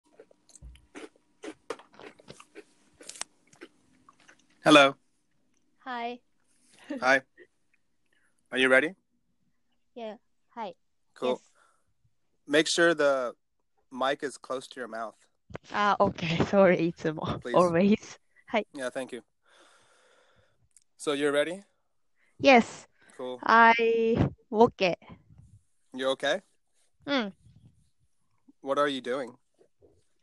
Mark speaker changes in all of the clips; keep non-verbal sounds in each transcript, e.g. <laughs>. Speaker 1: <laughs>
Speaker 2: Hello.
Speaker 1: Hi.
Speaker 2: Hi. Are you ready?
Speaker 1: Yeah. Hi.
Speaker 2: Cool. Make sure the mic is close to your mouth.
Speaker 1: Yes. Ah, okay. <laughs> Sorry, it's um, al-
Speaker 2: Please.
Speaker 1: always.
Speaker 2: Yeah, thank you. So you're ready?
Speaker 1: Yes.
Speaker 2: Cool.
Speaker 1: I okay.
Speaker 2: You okay?
Speaker 1: Mm.
Speaker 2: What are you doing?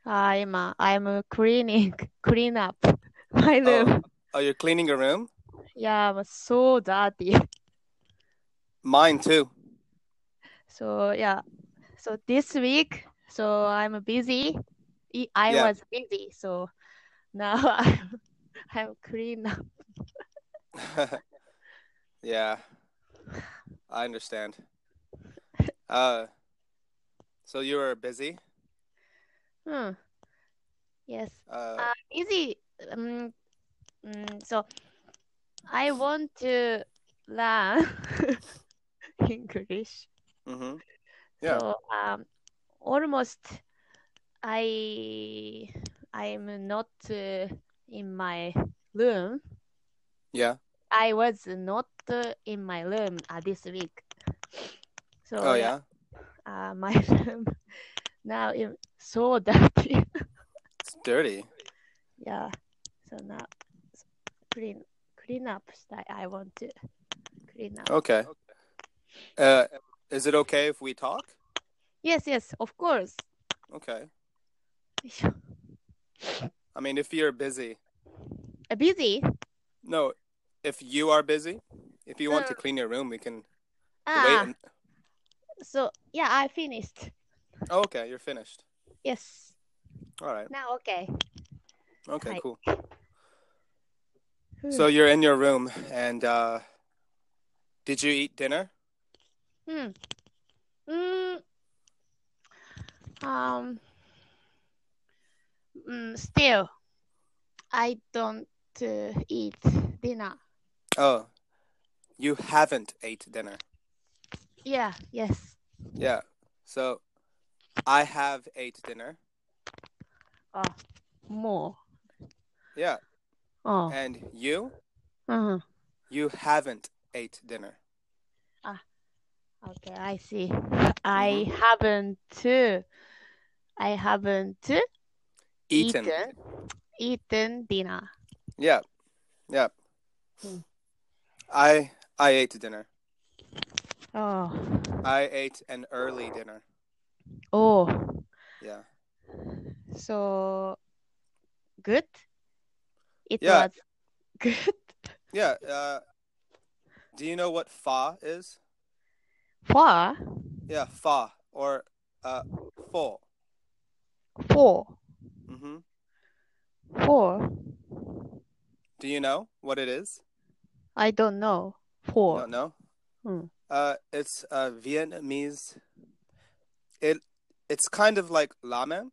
Speaker 1: I'm uh, I'm cleaning <laughs> clean up my
Speaker 2: Oh.
Speaker 1: room.
Speaker 2: Are you cleaning your room?
Speaker 1: Yeah, I'm so dirty. <laughs>
Speaker 2: Mine too. <laughs>
Speaker 1: So yeah. So this week, so I'm busy. I I
Speaker 2: Yeah.
Speaker 1: was busy, so <laughs> now I'm I'm clean up.
Speaker 2: yeah, I understand. Uh, so you were busy.
Speaker 1: Hmm. Yes.
Speaker 2: Uh,
Speaker 1: Uh, easy. Um, mm, so I want to learn <laughs> English.
Speaker 2: hmm Yeah.
Speaker 1: So um, almost I I'm not uh, in my room.
Speaker 2: Yeah.
Speaker 1: I was not uh, in my room uh, this week. So
Speaker 2: Oh yeah.
Speaker 1: yeah, uh, my <laughs> room now is so dirty.
Speaker 2: It's dirty.
Speaker 1: Yeah. So now s- clean clean up that I want to clean up.
Speaker 2: Okay. Uh, is it okay if we talk?
Speaker 1: Yes, yes, of course. <laughs>
Speaker 2: Okay. I mean, if you're busy.
Speaker 1: Uh, Busy.
Speaker 2: No, if you are busy, if you want to
Speaker 1: Uh,
Speaker 2: clean your room, we can wait.
Speaker 1: Ah,
Speaker 2: And...
Speaker 1: so yeah, I finished.
Speaker 2: Oh, okay, you're finished.
Speaker 1: Yes.
Speaker 2: All right.
Speaker 1: Now okay.
Speaker 2: Okay,
Speaker 1: Hi.
Speaker 2: cool.
Speaker 1: Hmm.
Speaker 2: So you're in your room, and uh, did you eat dinner?
Speaker 1: Hmm. Mm, um. Mm, still, I don't uh, eat dinner.
Speaker 2: Oh, you haven't ate dinner.
Speaker 1: Yeah. Yes.
Speaker 2: Yeah. So I have ate dinner.
Speaker 1: Oh, more.
Speaker 2: Yeah.
Speaker 1: Oh.
Speaker 2: And you?
Speaker 1: Uh-huh.
Speaker 2: You haven't ate dinner.
Speaker 1: Okay, I see. I
Speaker 2: Mm-hmm.
Speaker 1: haven't. uh, I haven't uh,
Speaker 2: Eaten.
Speaker 1: eaten eaten dinner.
Speaker 2: Yeah. Yeah.
Speaker 1: Hmm.
Speaker 2: I I ate dinner.
Speaker 1: Oh.
Speaker 2: I ate an early dinner.
Speaker 1: Oh.
Speaker 2: Yeah.
Speaker 1: So good. It
Speaker 2: Yeah.
Speaker 1: was good. <laughs>
Speaker 2: Yeah. Uh, do you know what fa is?
Speaker 1: Four.
Speaker 2: Yeah, fa or uh, full.
Speaker 1: Four.
Speaker 2: Mm-hmm.
Speaker 1: Four.
Speaker 2: Do you know what it is?
Speaker 1: I don't know.
Speaker 2: You
Speaker 1: Four.
Speaker 2: don't know?
Speaker 1: Hmm.
Speaker 2: Uh, it's uh, Vietnamese. It it's kind of like ramen,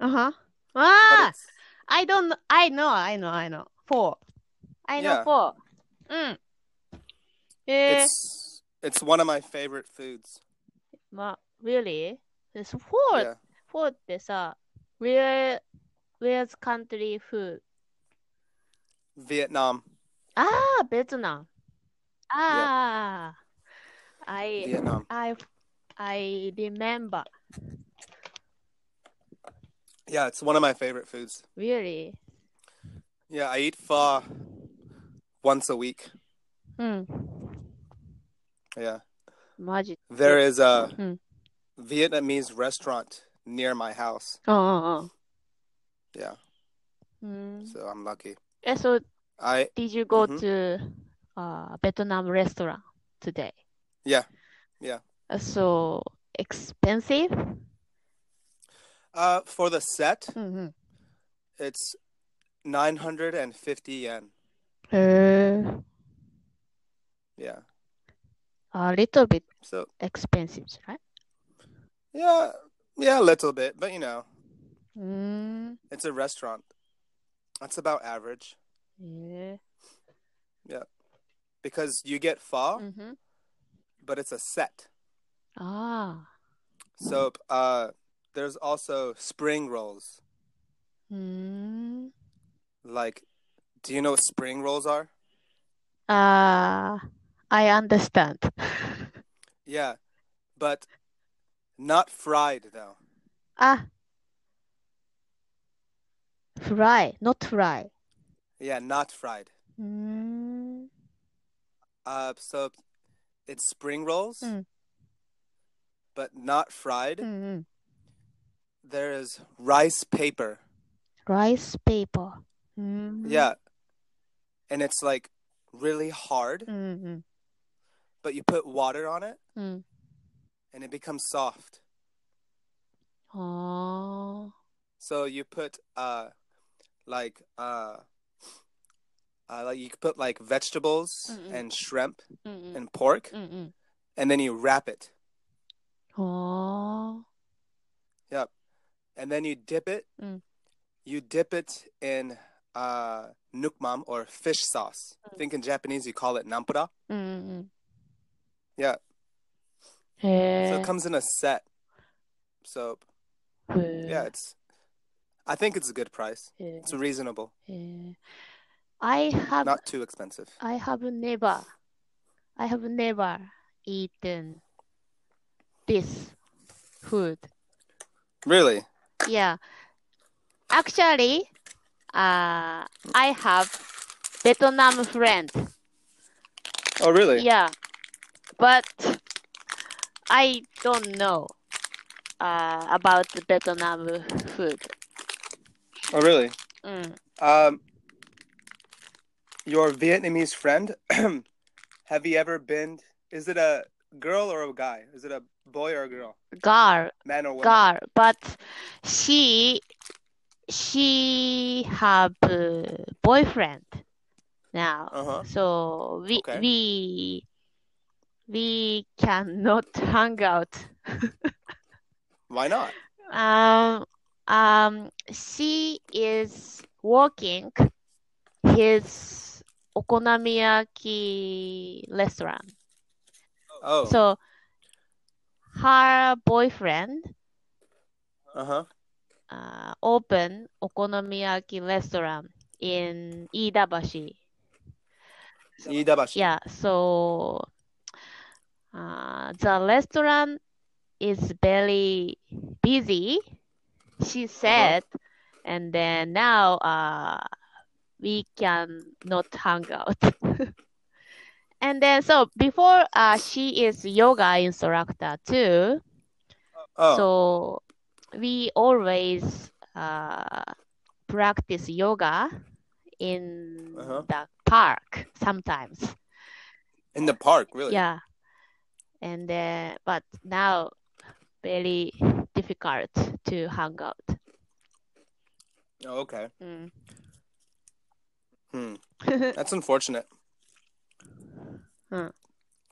Speaker 1: Uh-huh.
Speaker 2: but
Speaker 1: Ah,
Speaker 2: it's
Speaker 1: I don't. I know. I know. I know. Four. I know
Speaker 2: Yeah.
Speaker 1: four. Mm. Eh.
Speaker 2: it's it's one of my favorite foods.
Speaker 1: まあ、really? This food,
Speaker 2: Yeah.
Speaker 1: food ってさ、where, where's country food?
Speaker 2: Vietnam.
Speaker 1: ああ、ベトナム。ああ、I,
Speaker 2: Vietnam.
Speaker 1: I, I remember.
Speaker 2: Yeah, it's one of my favorite foods.
Speaker 1: Really?
Speaker 2: Yeah, I eat pho once a week.
Speaker 1: うん。
Speaker 2: Yeah.
Speaker 1: マジ。
Speaker 2: There is a
Speaker 1: うん。
Speaker 2: Vietnamese restaurant near my house.
Speaker 1: ああ。
Speaker 2: Yeah,
Speaker 1: うん。
Speaker 2: so I'm lucky.
Speaker 1: え、so
Speaker 2: I
Speaker 1: did you go
Speaker 2: Mhm.
Speaker 1: to uh, Vietnam restaurant today?
Speaker 2: Yeah. Yeah.
Speaker 1: Uh, So expensive?
Speaker 2: uh for the set,
Speaker 1: うんうん。
Speaker 2: it's 950 yen.
Speaker 1: へえ。
Speaker 2: Yeah.
Speaker 1: A little bit
Speaker 2: So,
Speaker 1: expensive, right?
Speaker 2: yeah, yeah, a little bit, but you know,
Speaker 1: うーん。
Speaker 2: it's a restaurant. That's about average
Speaker 1: え
Speaker 2: because you get pho,
Speaker 1: ーうん。
Speaker 2: but it's a set.
Speaker 1: ああ。
Speaker 2: So, uh there's also spring rolls
Speaker 1: うーん。
Speaker 2: like Do you know what spring rolls are?
Speaker 1: Uh, I understand. <laughs>
Speaker 2: Yeah, but not fried though.
Speaker 1: ah, fry, not fry.
Speaker 2: Yeah, not fried.
Speaker 1: Mm,
Speaker 2: Uh, so it's spring rolls,
Speaker 1: Mm.
Speaker 2: but not fried.
Speaker 1: mm, mm.
Speaker 2: There is rice paper.
Speaker 1: Rice paper. Mm,
Speaker 2: Yeah, and it's like really hard,
Speaker 1: Mm, mm,
Speaker 2: but you put water on it
Speaker 1: mm.
Speaker 2: and it becomes soft.
Speaker 1: Oh,
Speaker 2: So you put uh, like uh, uh like you could put like vegetables
Speaker 1: Mm-mm.
Speaker 2: and shrimp
Speaker 1: mm, mm,
Speaker 2: and pork,
Speaker 1: mm, mm.
Speaker 2: and then you wrap it.
Speaker 1: Oh,
Speaker 2: and then you dip it.
Speaker 1: Mm.
Speaker 2: You dip it in uh, nukmam or fish sauce. I think in Japanese you call it nampura.
Speaker 1: mm, mm, mm.
Speaker 2: Yeah. So
Speaker 1: Hey.
Speaker 2: it comes in a set. So yeah, it's. I think it's a good price.
Speaker 1: Hey.
Speaker 2: It's reasonable,
Speaker 1: Hey. I have
Speaker 2: not too expensive.
Speaker 1: I have never, I have never eaten this food.
Speaker 2: Really?
Speaker 1: Yeah, actually, uh, I have Vietnam friend.
Speaker 2: Oh, really?
Speaker 1: Yeah, but I don't know uh, about the Vietnam food.
Speaker 2: Oh, really?
Speaker 1: Mm.
Speaker 2: Um, your Vietnamese friend. <clears throat> have you ever been? Is it a girl or a guy? Is it a boy or a girl?
Speaker 1: Girl,
Speaker 2: Man or woman?
Speaker 1: girl, but she she have a boyfriend now.
Speaker 2: Uh huh.
Speaker 1: So we
Speaker 2: Okay.
Speaker 1: we we cannot <laughs> hang out.
Speaker 2: Why not?
Speaker 1: Um, um, she is working his okonomiyaki restaurant.
Speaker 2: Oh.
Speaker 1: So her boyfriend
Speaker 2: uh huh.
Speaker 1: uh, open okonomiyaki restaurant in Iidabashi.
Speaker 2: Iidabashi.
Speaker 1: Yeah, so uh, the restaurant is very busy, she said, and then now uh, we can not hang out. <laughs> And then so before uh, she is yoga instructor too,
Speaker 2: Oh.
Speaker 1: so we always uh, practice yoga in
Speaker 2: Uh-huh.
Speaker 1: the park sometimes.
Speaker 2: in the park, really?
Speaker 1: Yeah. And then, but now very difficult to hang out.
Speaker 2: Oh, okay.
Speaker 1: Mm. <laughs>
Speaker 2: Hmm. That's unfortunate.
Speaker 1: Hmm.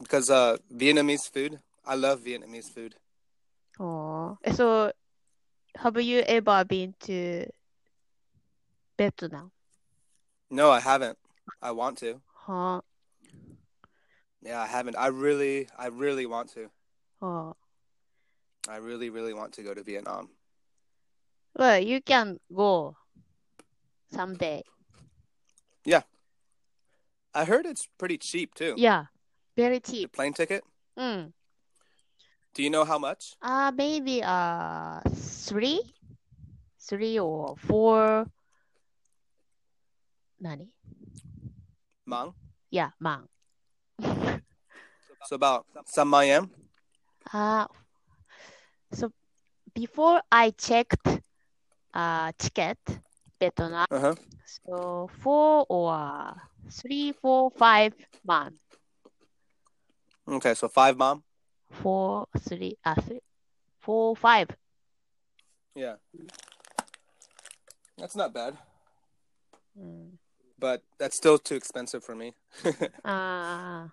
Speaker 2: Because uh, Vietnamese food, I love Vietnamese food.
Speaker 1: Oh. So, have you ever been to Vietnam?
Speaker 2: No, I haven't. I want to.
Speaker 1: Huh?
Speaker 2: Yeah, I haven't. I really, I really want to.
Speaker 1: Oh.
Speaker 2: I really, really want to go to Vietnam.
Speaker 1: Well, you can go someday.
Speaker 2: I heard it's pretty cheap too.
Speaker 1: Yeah. Very
Speaker 2: Your
Speaker 1: cheap.
Speaker 2: plane ticket.
Speaker 1: Mm.
Speaker 2: Do you know how much?
Speaker 1: Uh, maybe uh three, three or four. 何
Speaker 2: Mang.
Speaker 1: Yeah, man.
Speaker 2: So about some Mayam.
Speaker 1: <laughs> Uh, so before I checked uh ticket Vietnam,
Speaker 2: Uh huh.
Speaker 1: so four or uh, three, four, five man,
Speaker 2: Okay, so five mom.
Speaker 1: four, three, uh, three, four, five.
Speaker 2: Yeah. That's not bad,
Speaker 1: Mm.
Speaker 2: but that's still too expensive for me.
Speaker 1: Uh,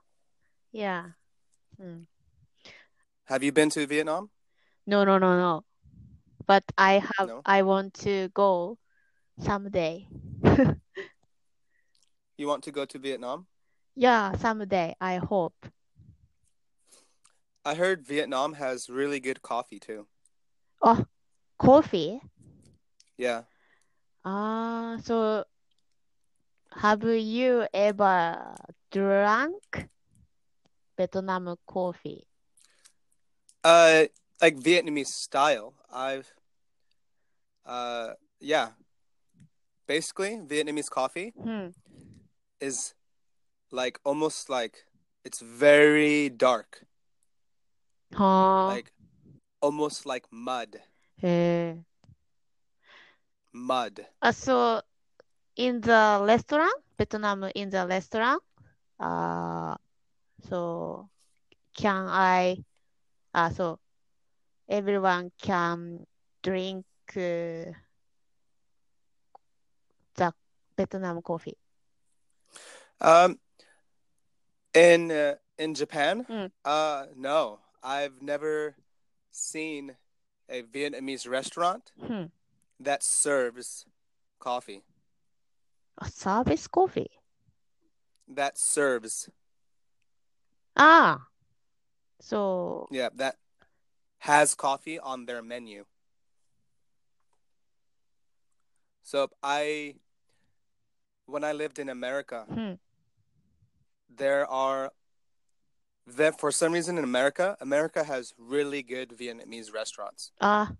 Speaker 1: yeah. Mm.
Speaker 2: Have you been to Vietnam?
Speaker 1: No, no, no, no. But I have,
Speaker 2: No.
Speaker 1: I want to go someday.
Speaker 2: You want to go to Vietnam?
Speaker 1: Yeah, someday. I hope.
Speaker 2: I heard Vietnam has really good coffee too.
Speaker 1: Oh, coffee.
Speaker 2: Yeah.
Speaker 1: Ah, so Have you ever drunk Vietnam coffee?
Speaker 2: Uh, like Vietnamese style. I've, uh, yeah. Basically, Vietnamese coffee
Speaker 1: Hmm.
Speaker 2: is like almost like it's very dark,
Speaker 1: Huh.
Speaker 2: like almost like mud,
Speaker 1: へえ。
Speaker 2: mud.
Speaker 1: Uh, so in the restaurant, Vietnam in the restaurant, uh, so can I, uh, so everyone can drink uh, the Vietnam coffee.
Speaker 2: Um, in uh, in Japan,
Speaker 1: Mm.
Speaker 2: uh, no, I've never seen a Vietnamese restaurant
Speaker 1: Hmm.
Speaker 2: that serves coffee.
Speaker 1: A service coffee.
Speaker 2: That serves,
Speaker 1: Ah, so
Speaker 2: yeah, that has coffee on their menu. So I, when I lived in America,
Speaker 1: hmm.
Speaker 2: there are that for some reason in America, America has really good Vietnamese restaurants.
Speaker 1: Ah,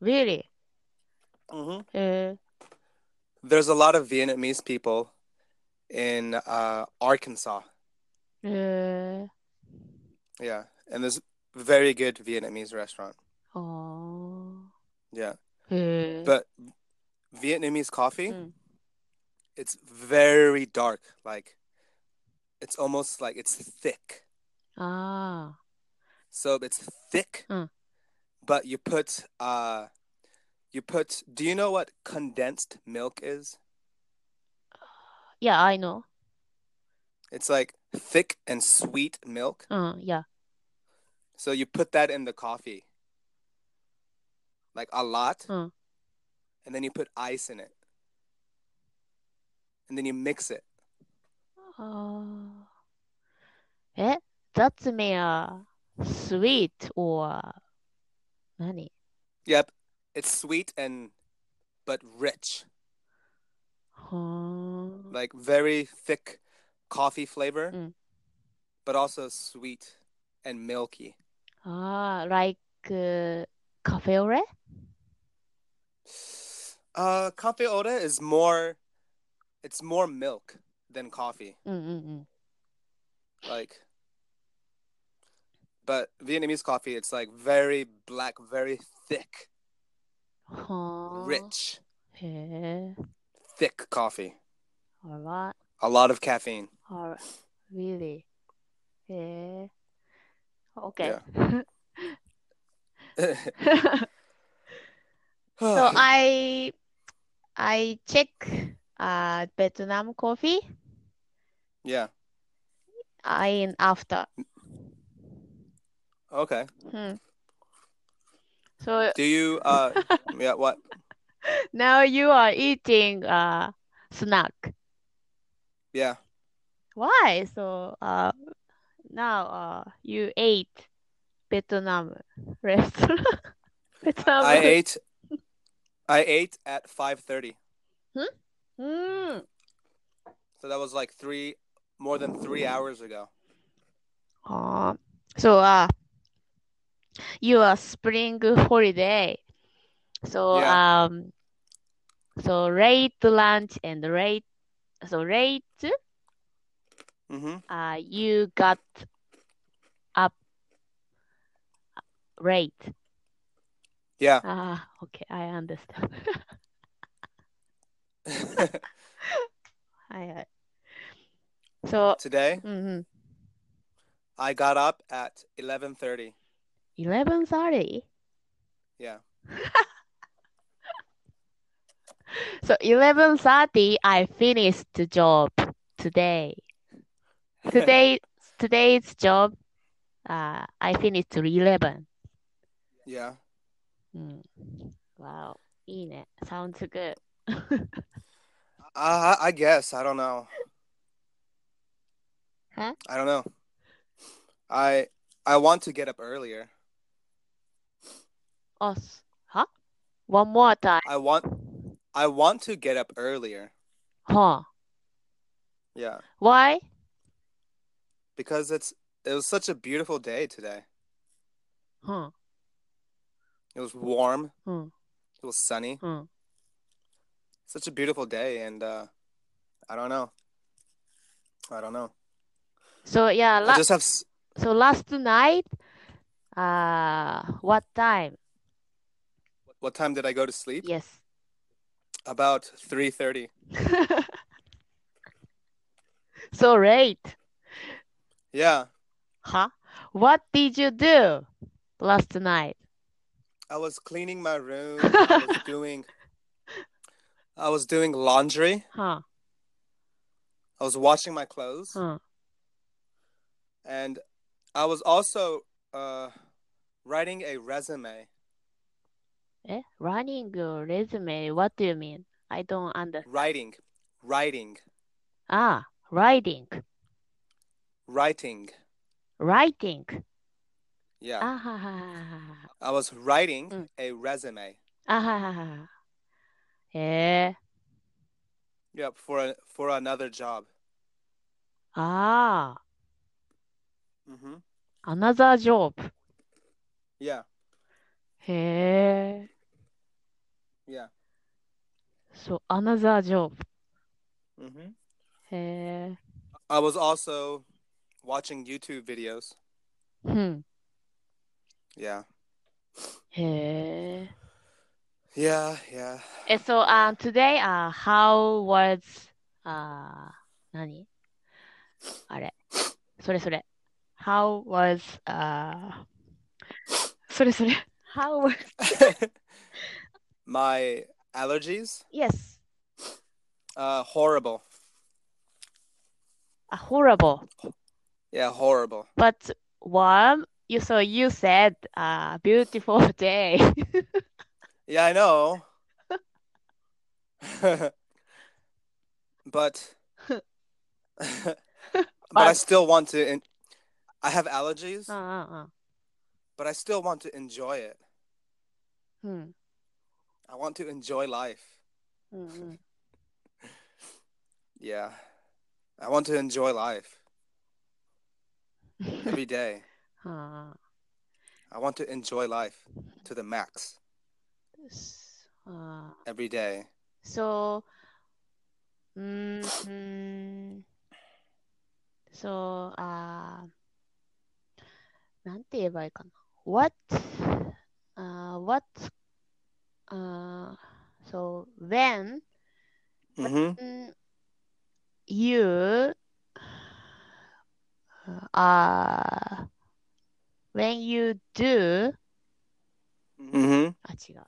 Speaker 1: really?
Speaker 2: Mm-hmm.
Speaker 1: Uh,
Speaker 2: There's a lot of Vietnamese people in uh, Arkansas.
Speaker 1: uh,
Speaker 2: Yeah. And there's very good Vietnamese restaurant.
Speaker 1: oh,
Speaker 2: Yeah.
Speaker 1: uh,
Speaker 2: But Vietnamese coffee,
Speaker 1: Mm.
Speaker 2: it's very dark. Like it's almost like it's thick.
Speaker 1: ah.
Speaker 2: So it's thick,
Speaker 1: Mm.
Speaker 2: but you put uh you put do you know what condensed milk is?
Speaker 1: Yeah, I know.
Speaker 2: It's like thick and sweet milk.
Speaker 1: Uh, yeah.
Speaker 2: So you put that in the coffee. Like a lot.
Speaker 1: Mm.
Speaker 2: And then you put ice in it. And then you mix it.
Speaker 1: Uh, eh, that's me, uh, sweet or 何
Speaker 2: Yep. It's sweet and but rich.
Speaker 1: はー
Speaker 2: Like very thick coffee flavor,
Speaker 1: Mm.
Speaker 2: but also sweet and milky.
Speaker 1: あー like, uh, cafe au lait?
Speaker 2: Uh cafe ora is more it's more milk than coffee.
Speaker 1: うんうんうん。
Speaker 2: Like but Vietnamese coffee it's like very black, very thick,
Speaker 1: はー
Speaker 2: rich,
Speaker 1: へえ。
Speaker 2: thick coffee.
Speaker 1: alright,
Speaker 2: A lot of caffeine. <laughs>
Speaker 1: alright, really? へえ。Okay.
Speaker 2: Yeah.
Speaker 1: So I I check uh Vietnam coffee
Speaker 2: yeah.
Speaker 1: I in after.
Speaker 2: Okay.
Speaker 1: Hmm. So
Speaker 2: Do you
Speaker 1: <laughs>
Speaker 2: uh yeah, what?
Speaker 1: now you are eating uh snack.
Speaker 2: Yeah.
Speaker 1: Why? So uh now uh you ate Vietnam restaurant. <laughs> Vietnam.
Speaker 2: I ate I ate at 5:30.
Speaker 1: Hmm.
Speaker 2: So that was like 3 more than 3 hours ago.
Speaker 1: Uh, so uh you are spring holiday. So
Speaker 2: Yeah.
Speaker 1: um so late lunch and late so late
Speaker 2: Mhm.
Speaker 1: uh you got up late.
Speaker 2: Yeah. <laughs>
Speaker 1: Ah, okay, I understand. <laughs> I, I so
Speaker 2: Today
Speaker 1: mm
Speaker 2: I got up at 11:30.
Speaker 1: eleven thirty.
Speaker 2: Yeah.
Speaker 1: <laughs> So eleven thirty, I finished the job today. Today, today's job. Uh, I finished eleven.
Speaker 2: <laughs> yeah.
Speaker 1: Mm. Wow, いいね。Sounds good.
Speaker 2: I I guess I don't know.
Speaker 1: Huh?
Speaker 2: I don't know. I I want to get up earlier.
Speaker 1: Oh, s- huh? One more time.
Speaker 2: I want I want to get up earlier.
Speaker 1: Huh?
Speaker 2: Yeah,
Speaker 1: Why?
Speaker 2: because it's it was such a beautiful day today.
Speaker 1: Huh.
Speaker 2: It was warm.
Speaker 1: Hmm.
Speaker 2: It was sunny.
Speaker 1: Huh.
Speaker 2: Such a beautiful day, and uh, I don't know. I don't know.
Speaker 1: So yeah,
Speaker 2: I
Speaker 1: la-
Speaker 2: just have. s-
Speaker 1: so last night, uh, what time?
Speaker 2: What time did I go to sleep?
Speaker 1: Yes. <laughs>
Speaker 2: About three thirty.
Speaker 1: so late,
Speaker 2: Yeah,
Speaker 1: huh? What did you do last night?
Speaker 2: I was cleaning my room. I was doing. I was doing laundry.
Speaker 1: Huh?
Speaker 2: I was washing my clothes,
Speaker 1: Huh?
Speaker 2: and I was also uh, writing a resume.
Speaker 1: Eh? Running your resume? What do you mean? I don't understand.
Speaker 2: Writing, writing,
Speaker 1: Ah, writing,
Speaker 2: writing.
Speaker 1: writing.
Speaker 2: Yeah,
Speaker 1: Ah ha ha ha ha ha.
Speaker 2: I was writing
Speaker 1: Mm.
Speaker 2: a resume.
Speaker 1: Ah ha ha ha. ha. Eh?
Speaker 2: Yep, for a, for another job.
Speaker 1: Ah,
Speaker 2: Mm-hmm.
Speaker 1: another job.
Speaker 2: Yeah,
Speaker 1: Hey.
Speaker 2: yeah.
Speaker 1: So another job.
Speaker 2: Mm-hmm.
Speaker 1: Hey.
Speaker 2: I was also watching YouTube videos.
Speaker 1: Hmm.
Speaker 2: Yeah,
Speaker 1: Hey.
Speaker 2: yeah, yeah.
Speaker 1: Eh, So um today uh how was uh 何あれそれそれ How was uh それそれ How was
Speaker 2: <laughs> my allergies,
Speaker 1: yes
Speaker 2: uh, horrible.
Speaker 1: uh, horrible
Speaker 2: Yeah, horrible.
Speaker 1: but warm you so you said uh beautiful <laughs> day
Speaker 2: Yeah, I know. <laughs> but but I
Speaker 1: But-
Speaker 2: still want to. En- I have allergies,
Speaker 1: うんうんうん
Speaker 2: but I still want to enjoy it.
Speaker 1: うん、
Speaker 2: I want to enjoy life.
Speaker 1: うんうん、
Speaker 2: Yeah, I want to enjoy life every day.
Speaker 1: はあ
Speaker 2: I want to enjoy life to the max
Speaker 1: すあ
Speaker 2: every day.
Speaker 1: So, mm, mm, so, uh, なんて言えばいいかな。What, uh, what, uh, so when
Speaker 2: Mm-hmm.
Speaker 1: mm, you uh, when you do
Speaker 2: Mm-hmm.
Speaker 1: あ、違う。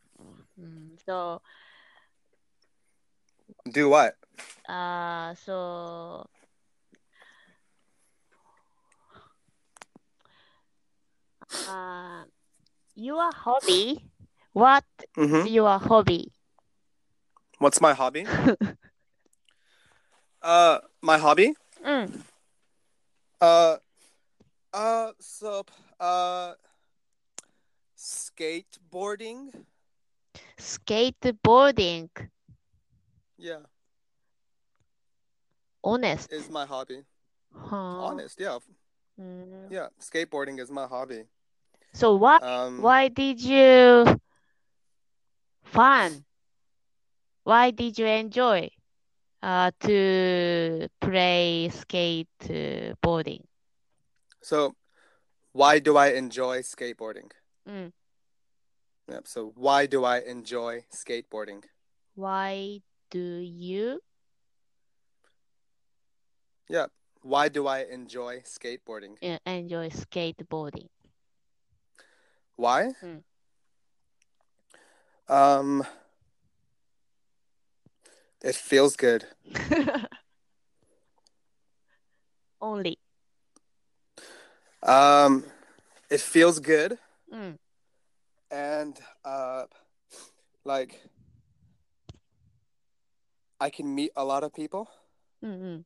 Speaker 1: うん、so,
Speaker 2: Do what?
Speaker 1: uh, so, uh, your hobby, what
Speaker 2: Mm-hmm.
Speaker 1: your hobby?
Speaker 2: What's my hobby? uh, my hobby.
Speaker 1: うん。
Speaker 2: Uh, uh, so, uh, skateboarding.
Speaker 1: スケートボーディング、
Speaker 2: Yeah,
Speaker 1: オネス
Speaker 2: is my hobby.
Speaker 1: ト。は
Speaker 2: Honest, yeah,
Speaker 1: あ。うん。
Speaker 2: yeah. Skateboarding is my hobby.
Speaker 1: Hmm. So why
Speaker 2: Um,
Speaker 1: why did you fun? Why did you enjoy uh to play skateboarding?
Speaker 2: So, why do I enjoy skateboarding?
Speaker 1: うん。
Speaker 2: Yep. So, why do I enjoy skateboarding?
Speaker 1: Why do you?
Speaker 2: Yep. Why do I enjoy skateboarding?
Speaker 1: uh, enjoy skateboarding.
Speaker 2: Why?
Speaker 1: Mm.
Speaker 2: Um, it feels good.
Speaker 1: <laughs> Only.
Speaker 2: Um, it feels good,
Speaker 1: うん。
Speaker 2: and uh, like I can meet a lot of people,
Speaker 1: うんうん。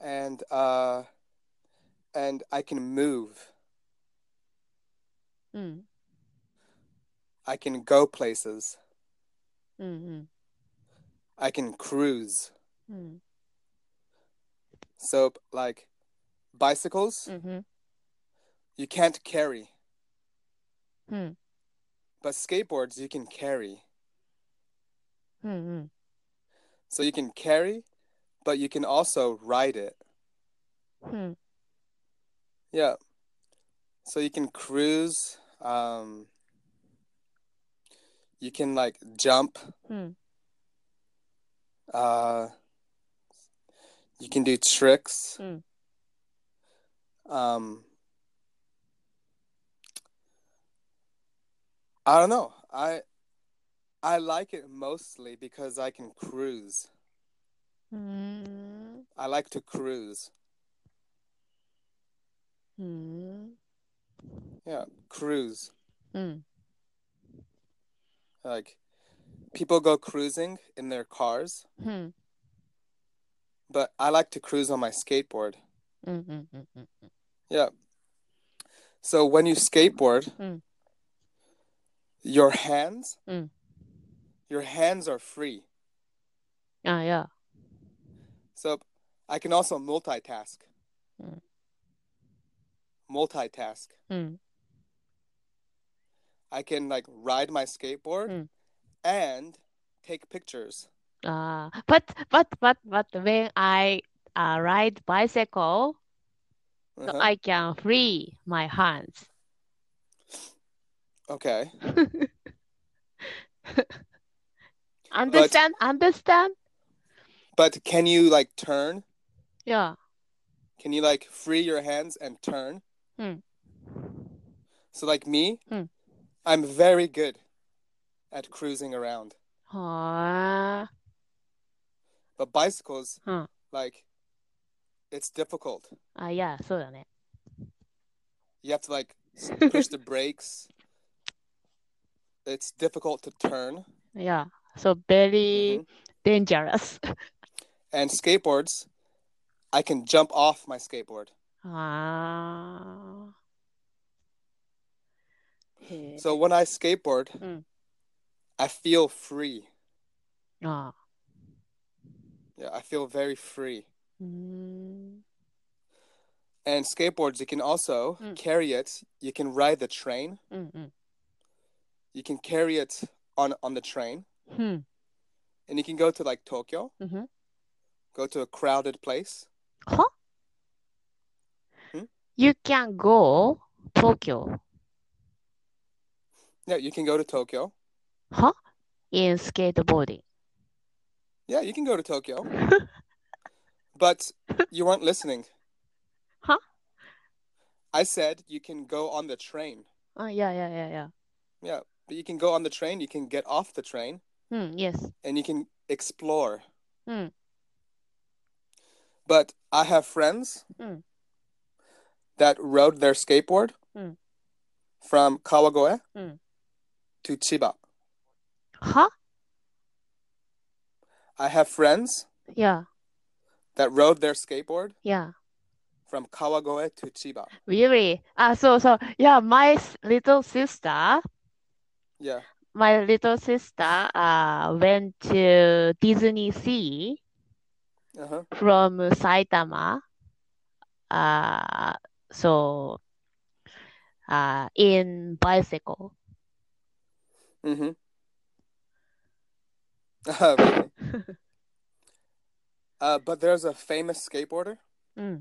Speaker 2: and uh, and I can move.
Speaker 1: うん。
Speaker 2: I can go places.
Speaker 1: うん Mm-hmm.
Speaker 2: I can cruise.
Speaker 1: うん。うん。
Speaker 2: So like bicycles,
Speaker 1: Mm-hmm.
Speaker 2: you can't carry.
Speaker 1: Hmm.
Speaker 2: But skateboards you can carry.
Speaker 1: Hmm. hmm.
Speaker 2: So you can carry, but you can also ride it.
Speaker 1: Hmm.
Speaker 2: Yeah. So you can cruise, um you can like jump,
Speaker 1: Hmm.
Speaker 2: uh you can do tricks.
Speaker 1: Mm.
Speaker 2: Um I don't know. I I like it mostly because I can cruise.
Speaker 1: Hmm.
Speaker 2: I like to cruise.
Speaker 1: Hmm.
Speaker 2: Yeah, cruise.
Speaker 1: Hmm.
Speaker 2: Like people go cruising in their cars,
Speaker 1: Hmm.
Speaker 2: but I like to cruise on my skateboard.
Speaker 1: Hmm. Hmm. Hmm. Hmm.
Speaker 2: Yeah. So when you skateboard,
Speaker 1: Mm.
Speaker 2: your hands,
Speaker 1: Mm.
Speaker 2: your hands are free.
Speaker 1: Ah, yeah.
Speaker 2: So I can also multitask.
Speaker 1: Mm.
Speaker 2: Multitask.
Speaker 1: Hmm.
Speaker 2: I can like ride my skateboard
Speaker 1: Mm.
Speaker 2: and take pictures.
Speaker 1: Ah, but but but but when I uh, ride bicycle, so
Speaker 2: Uh-huh.
Speaker 1: I can free my hands. <laughs>
Speaker 2: Okay.
Speaker 1: Understand? Understand?
Speaker 2: But can you like turn?
Speaker 1: Yeah.
Speaker 2: Can you like free your hands and turn?
Speaker 1: Hmm.
Speaker 2: So like me,
Speaker 1: Hmm.
Speaker 2: I'm very good at cruising around.
Speaker 1: Ah.
Speaker 2: But bicycles,
Speaker 1: Huh.
Speaker 2: like it's difficult.
Speaker 1: Ah, yeah. そうだね。
Speaker 2: You have to like
Speaker 1: <laughs>
Speaker 2: s- push the brakes. It's difficult to turn.
Speaker 1: Yeah. So
Speaker 2: Mhm.
Speaker 1: very dangerous.
Speaker 2: And skateboards, I can jump off my skateboard.
Speaker 1: ああ。へえ。
Speaker 2: So when I skateboard,
Speaker 1: Hmm.
Speaker 2: I feel free.
Speaker 1: ああ。
Speaker 2: Yeah, I feel very free.
Speaker 1: うーん。
Speaker 2: And skateboards, you can also
Speaker 1: Mm.
Speaker 2: carry it. You can ride the train.
Speaker 1: うんうん。
Speaker 2: You can carry it on on the train,
Speaker 1: うん
Speaker 2: and you can go to like Tokyo.
Speaker 1: うんふん。
Speaker 2: Go to a crowded place.
Speaker 1: Huh?
Speaker 2: Hmm?
Speaker 1: You can go Tokyo.
Speaker 2: Yeah, you can go to Tokyo.
Speaker 1: Huh? In skateboarding.
Speaker 2: Yeah, you can go to Tokyo,
Speaker 1: <laughs>
Speaker 2: but you weren't listening.
Speaker 1: Huh?
Speaker 2: I said you can go on the train.
Speaker 1: Uh, yeah, yeah, yeah, yeah.
Speaker 2: Yeah, but you can go on the train, you can get off the train,
Speaker 1: Hmm, yes.
Speaker 2: and you can explore.
Speaker 1: Hmm.
Speaker 2: But I have friends
Speaker 1: Hmm.
Speaker 2: that rode their skateboard
Speaker 1: Hmm.
Speaker 2: from Kawagoe
Speaker 1: Hmm.
Speaker 2: to Chiba.
Speaker 1: Huh?
Speaker 2: I have friends
Speaker 1: Yeah,
Speaker 2: that rode their skateboard
Speaker 1: yeah.
Speaker 2: from Kawagoe to Chiba.
Speaker 1: Really? Ah, so, so, yeah, my s- little sister,
Speaker 2: Yeah.
Speaker 1: my little sister, uh, went to Disney Sea
Speaker 2: Uh huh.
Speaker 1: from Saitama. Uh, so, uh, in bicycle. <laughs>
Speaker 2: <laughs> Mm hmm. really? Uh, but there's a famous skateboarder.
Speaker 1: Hmm.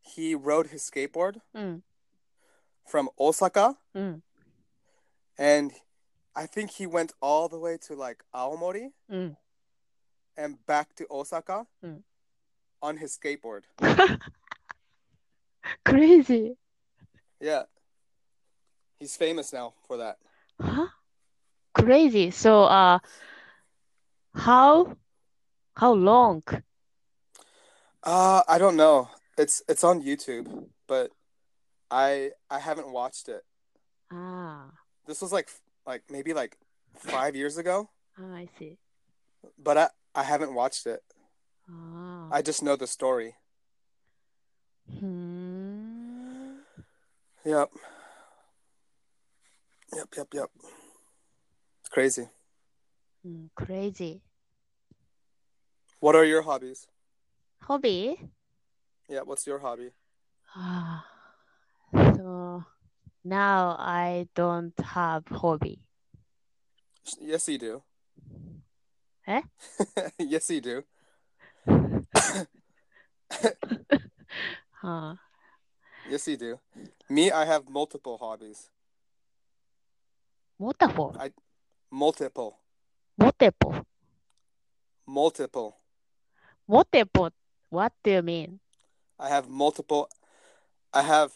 Speaker 2: He rode his skateboard
Speaker 1: Hmm.
Speaker 2: from Osaka
Speaker 1: Hmm.
Speaker 2: and I think he went all the way to like Aomori
Speaker 1: Hmm.
Speaker 2: and back to Osaka
Speaker 1: Mm.
Speaker 2: on his skateboard.
Speaker 1: Crazy.
Speaker 2: Yeah. He's famous now for that.
Speaker 1: Huh? Crazy. So, uh, how how long?
Speaker 2: Uh I don't know. It's it's on YouTube, but I I haven't watched it.
Speaker 1: Ah,
Speaker 2: This was like like maybe like 5 years ago,
Speaker 1: ah, I see.
Speaker 2: but I I haven't watched it.
Speaker 1: Ah.
Speaker 2: I just know the story.
Speaker 1: Hmm.
Speaker 2: Yep. Yep, yep, yep. It's crazy.
Speaker 1: Mm, crazy.
Speaker 2: What are your hobbies?
Speaker 1: hobby?
Speaker 2: Yeah, what's your hobby?
Speaker 1: Ah, so now I don't have hobby.
Speaker 2: Yes, you do.
Speaker 1: Eh?
Speaker 2: <laughs> yes, you do.
Speaker 1: Huh.
Speaker 2: Yes, you do. Me, I have multiple hobbies.
Speaker 1: Multiple.
Speaker 2: Multiple.
Speaker 1: Multiple.
Speaker 2: Multiple.
Speaker 1: Multiple. What do you mean?
Speaker 2: I have multiple. I have.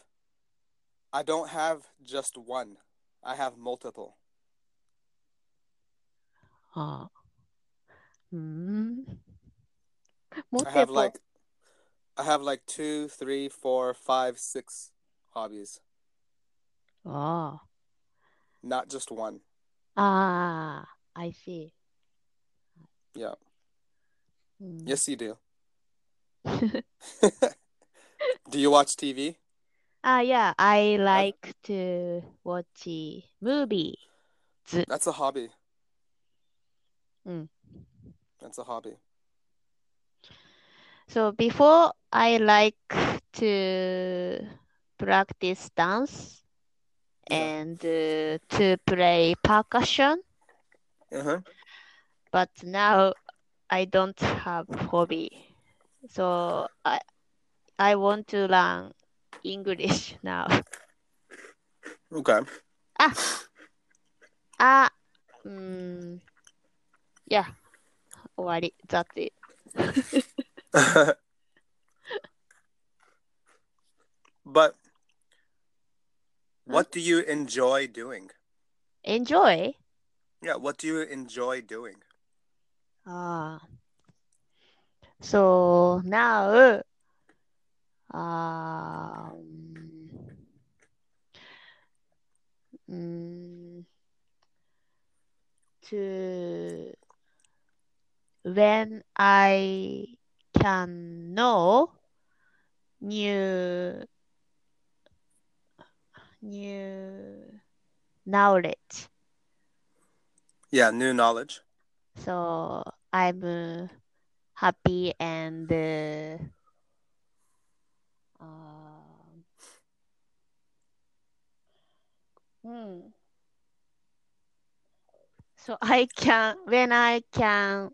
Speaker 2: I don't have just one. I have multiple.
Speaker 1: Uh, mm,
Speaker 2: I have
Speaker 1: multiple.
Speaker 2: like. I have like two, three, four, five, six hobbies,
Speaker 1: oh.
Speaker 2: not just one.
Speaker 1: Ah, I see.
Speaker 2: Yeah.
Speaker 1: Mm.
Speaker 2: Yes, you
Speaker 1: <laughs>
Speaker 2: do. <laughs> do you watch TV?
Speaker 1: Ah, yeah, I like to watch a movie.
Speaker 2: That's a hobby.
Speaker 1: Mm.
Speaker 2: That's a hobby.
Speaker 1: So before I like to practice dance
Speaker 2: Yeah.
Speaker 1: and uh, to play percussion,
Speaker 2: Uh huh.
Speaker 1: but now I don't have hobby. So I I want to learn English <laughs> now.
Speaker 2: Okay.
Speaker 1: Ah, mm, yeah, 終わり。That's it.
Speaker 2: <laughs> but what do you enjoy doing?
Speaker 1: Enjoy.
Speaker 2: Yeah, what do you enjoy doing?
Speaker 1: Ah. So now, um, mm, to when I can know new new knowledge.
Speaker 2: Yeah, new knowledge.
Speaker 1: So I'm uh, happy and uh, um, hmm. So <laughs> I can when I can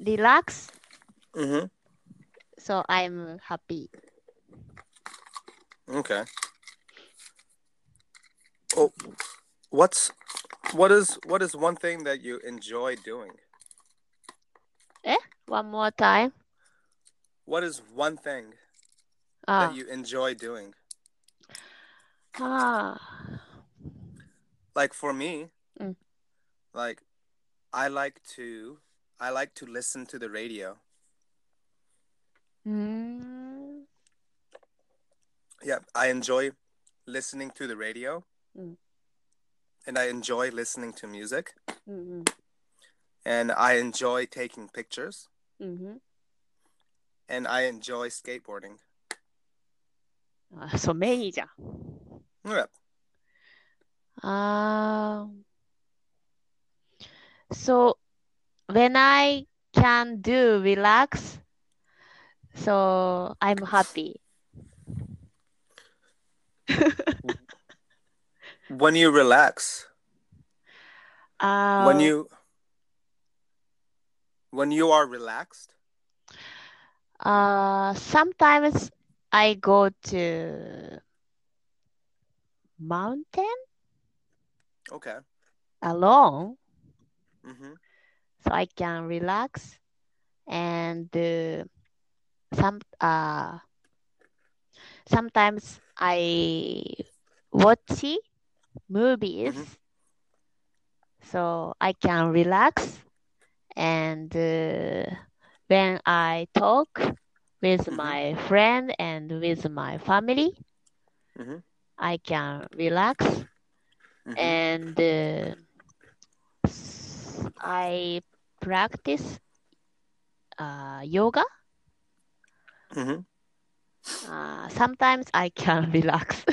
Speaker 1: relax, Mm-hmm.
Speaker 2: Mm
Speaker 1: so I'm happy.
Speaker 2: hmm. Okay. Oh, what's what is what is one thing that you enjoy doing?
Speaker 1: One more time.
Speaker 2: What is one thing
Speaker 1: Ah,
Speaker 2: that you enjoy doing?
Speaker 1: ah,
Speaker 2: Like for me,
Speaker 1: Mm.
Speaker 2: like I like to I like to listen to the radio.
Speaker 1: mm,
Speaker 2: Yeah, I enjoy listening to the radio.
Speaker 1: Mm.
Speaker 2: And I enjoy listening to music.
Speaker 1: mm,
Speaker 2: And I enjoy taking pictures.
Speaker 1: mm-hmm.
Speaker 2: And I enjoy skateboarding.
Speaker 1: Ah, so many じゃん。
Speaker 2: Yeah.
Speaker 1: あー Um, so when I can do relax, so I'm happy.
Speaker 2: When you relax,
Speaker 1: Uh,
Speaker 2: when you when you are relaxed,
Speaker 1: uh, sometimes I go to mountain
Speaker 2: okay.
Speaker 1: alone
Speaker 2: hmm
Speaker 1: so I can relax and uh, some uh, sometimes I watch movies so I can relax and uh, when I talk with
Speaker 2: Mhm.
Speaker 1: my friend and with my family,
Speaker 2: Mhm.
Speaker 1: I can relax
Speaker 2: hmm
Speaker 1: and uh, s- I practice uh, yoga.
Speaker 2: hmm
Speaker 1: Uh, sometimes I can <laughs> relax.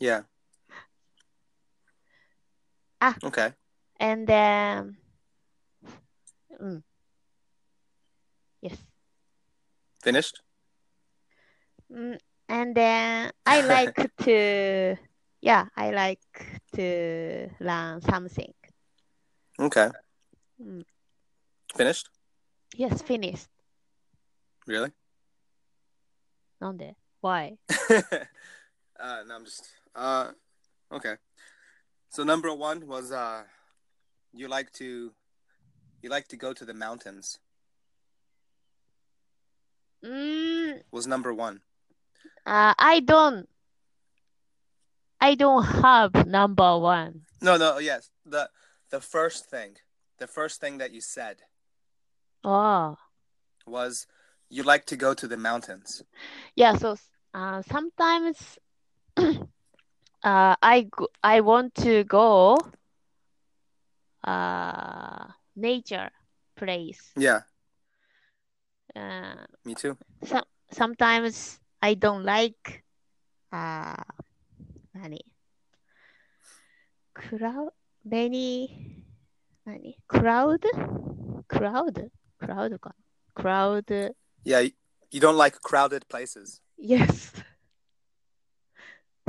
Speaker 2: Yeah.
Speaker 1: Ah.
Speaker 2: Okay.
Speaker 1: And um, then, mm, yes.
Speaker 2: Finished?
Speaker 1: Mm, and then I like to, yeah, I like to learn something.
Speaker 2: Okay.
Speaker 1: Mm.
Speaker 2: Finished?
Speaker 1: Yes, finished.
Speaker 2: Really?
Speaker 1: なんで Why?
Speaker 2: <laughs> uh, no, I'm just. Uh, okay. So number one was uh, you like to, you like to go to the mountains.
Speaker 1: うーん、
Speaker 2: Was number one.
Speaker 1: uh, I don't, I don't have number one.
Speaker 2: No, no, yes. The the first thing, the first thing that you said
Speaker 1: ああ。
Speaker 2: was you like to go to the mountains.
Speaker 1: Yeah, so uh, sometimes <clears throat> uh, I go, I want to go uh, nature place.
Speaker 2: Yeah,
Speaker 1: Uh,
Speaker 2: me too.
Speaker 1: so, sometimes I don't like uh, 何 crowd many 何 crowd crowd crowd か crowd
Speaker 2: Yeah, you, you don't like crowded places.
Speaker 1: yes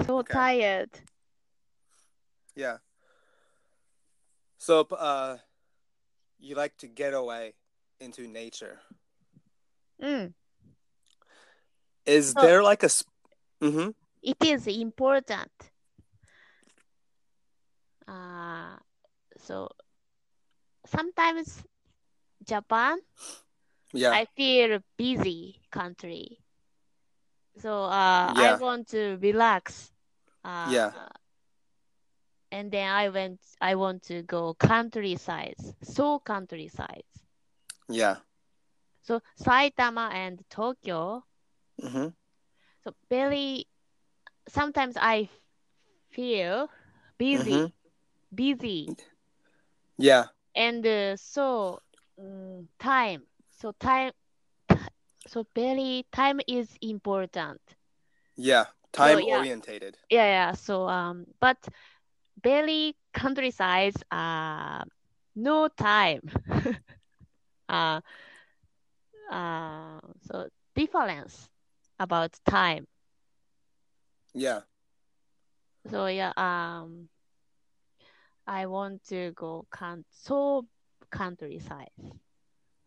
Speaker 1: so
Speaker 2: Okay.
Speaker 1: tired
Speaker 2: Yeah. So uh, you like to get away into nature.
Speaker 1: うん
Speaker 2: Is
Speaker 1: Oh.
Speaker 2: there like a? Sp- mm-hmm.
Speaker 1: It is important. Uh, so sometimes Japan,
Speaker 2: Yeah.
Speaker 1: I feel busy country. So uh,
Speaker 2: Yeah.
Speaker 1: I want to relax. Uh,
Speaker 2: Yeah.
Speaker 1: And then I went. I want to go countryside. So countryside.
Speaker 2: yeah.
Speaker 1: So Saitama and Tokyo.
Speaker 2: Mm-hmm.
Speaker 1: So very. Sometimes I feel busy.
Speaker 2: Mhm.
Speaker 1: Busy.
Speaker 2: Yeah.
Speaker 1: and uh, so mm, time so time ti- so very time is important
Speaker 2: Yeah. Time
Speaker 1: yeah.
Speaker 2: orientated.
Speaker 1: yeah yeah so um but very countryside uh no time <laughs> uh uh so difference about time
Speaker 2: Yeah.
Speaker 1: so yeah um i want to go can so countryside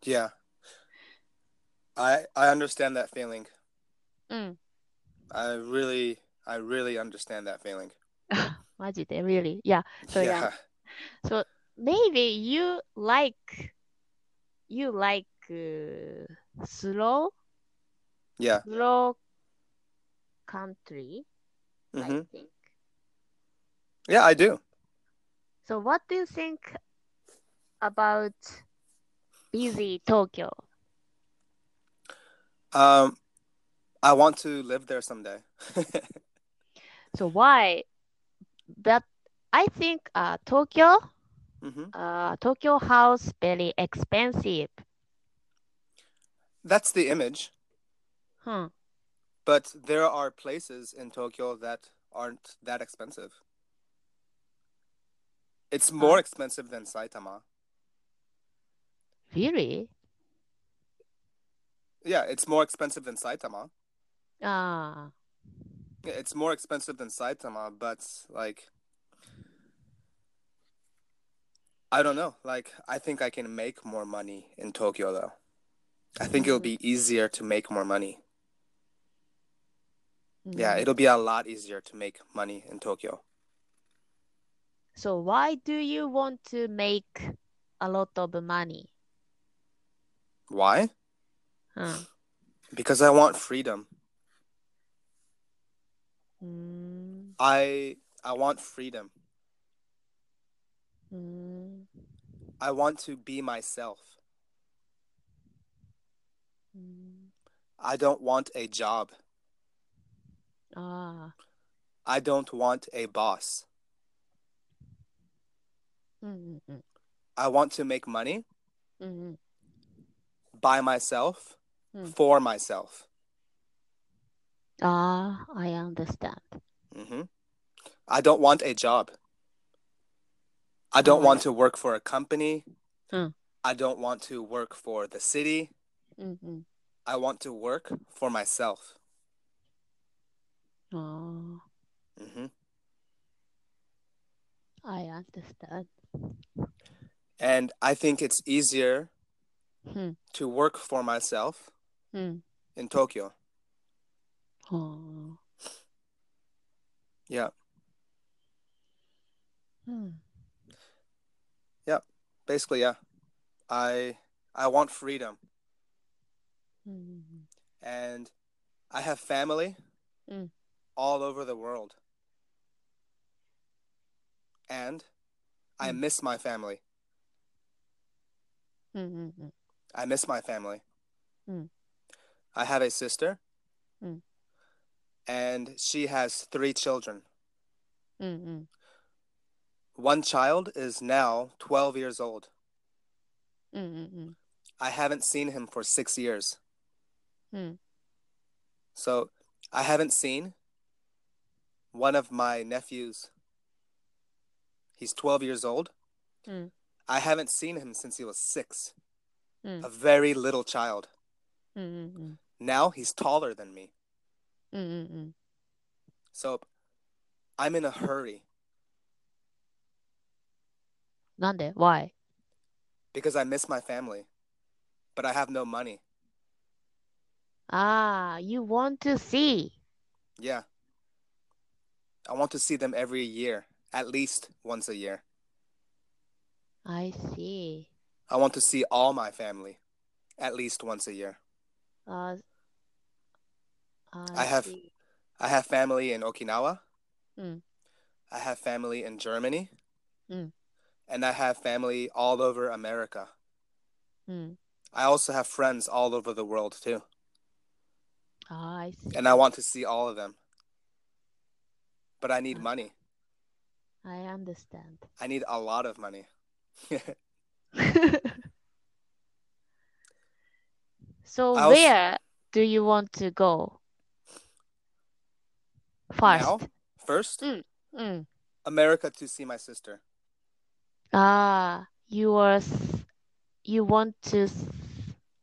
Speaker 2: Yeah. I I understand that feeling.
Speaker 1: mm.
Speaker 2: I really I really understand that feeling.
Speaker 1: マジで really yeah So, yeah.
Speaker 2: yeah.
Speaker 1: Maybe you like you like uh, slow
Speaker 2: Yeah.
Speaker 1: slow country,
Speaker 2: hmm
Speaker 1: I think.
Speaker 2: Yeah, I do.
Speaker 1: So what do you think about busy Tokyo?
Speaker 2: Um I want to live there someday. <laughs>
Speaker 1: So why? But I think uh, Tokyo
Speaker 2: hmm
Speaker 1: uh, Tokyo house very expensive.
Speaker 2: That's the image,
Speaker 1: Hmm.
Speaker 2: but there are places in Tokyo that aren't that expensive. It's more expensive than Saitama.
Speaker 1: Really?
Speaker 2: Yeah, it's more expensive than Saitama.
Speaker 1: Ah.
Speaker 2: Yeah, It's more expensive than Saitama, but like I don't know. Like I think I can make more money in Tokyo though. I think it'll be easier to make more money. Yeah,
Speaker 1: mm.
Speaker 2: it'll be a lot easier to make money in Tokyo.
Speaker 1: So why do you want to make a lot of money?
Speaker 2: Why?
Speaker 1: Huh.
Speaker 2: Because I want freedom.
Speaker 1: Mm,
Speaker 2: I I want freedom.
Speaker 1: mm,
Speaker 2: I want to be myself.
Speaker 1: mm.
Speaker 2: I don't want a job.
Speaker 1: Ah,
Speaker 2: I don't want a boss.
Speaker 1: mm, mm,
Speaker 2: I want to make money
Speaker 1: mm, mm,
Speaker 2: by myself
Speaker 1: Mm.
Speaker 2: for myself.
Speaker 1: mm. Ah, I understand.
Speaker 2: hmm I don't want a job. I don't
Speaker 1: Oh.
Speaker 2: want to work for a company.
Speaker 1: Mm.
Speaker 2: I don't want to work for the city.
Speaker 1: Mm, mm,
Speaker 2: I want to work for myself.
Speaker 1: あ
Speaker 2: hmm
Speaker 1: あ、I understand.
Speaker 2: And I think it's easier
Speaker 1: うん
Speaker 2: to work for myself
Speaker 1: うん。
Speaker 2: in Tokyo.
Speaker 1: はあ。
Speaker 2: Yeah.
Speaker 1: うん。
Speaker 2: Basically, yeah. I I want freedom
Speaker 1: うん。
Speaker 2: and I have family
Speaker 1: Mm.
Speaker 2: all over the world. And I
Speaker 1: Mm.
Speaker 2: miss my family.
Speaker 1: うんうんうん。
Speaker 2: I miss my family.
Speaker 1: Mm.
Speaker 2: I have a sister.
Speaker 1: Mm.
Speaker 2: And she has three children.
Speaker 1: うんうん。
Speaker 2: One child is now 12 years old.
Speaker 1: うんうん
Speaker 2: I haven't seen him for six years.
Speaker 1: うん。うん。
Speaker 2: So I haven't seen one of my nephews. He's 12 years old.
Speaker 1: Mm.
Speaker 2: I haven't seen him since he was six,
Speaker 1: うん。
Speaker 2: a very little child.
Speaker 1: うんうん。
Speaker 2: Now he's taller than me.
Speaker 1: うんうんうん。
Speaker 2: So I'm in a hurry
Speaker 1: なんで ?Why?
Speaker 2: because I miss my family, but I have no money.
Speaker 1: ああ、you want to see.
Speaker 2: Yeah. I want to see them every year, at least once a year.
Speaker 1: I see.
Speaker 2: I want to see all my family at least once a year.
Speaker 1: Uh,
Speaker 2: I have-
Speaker 1: see.
Speaker 2: I have family in Okinawa.
Speaker 1: Mm.
Speaker 2: I have family in Germany.
Speaker 1: Mm.
Speaker 2: And I have family all over America.
Speaker 1: うん。
Speaker 2: I also have friends all over the world too.
Speaker 1: Ah, I see.
Speaker 2: And I want to see all of them. But I need
Speaker 1: Ah.
Speaker 2: money. <laughs>
Speaker 1: I understand.
Speaker 2: I need a lot of money.
Speaker 1: So
Speaker 2: I also-
Speaker 1: where do you want to go?
Speaker 2: Now?
Speaker 1: First.
Speaker 2: First,
Speaker 1: Mm. Mm.
Speaker 2: America to see my sister.
Speaker 1: Ah, you are s- you want to s-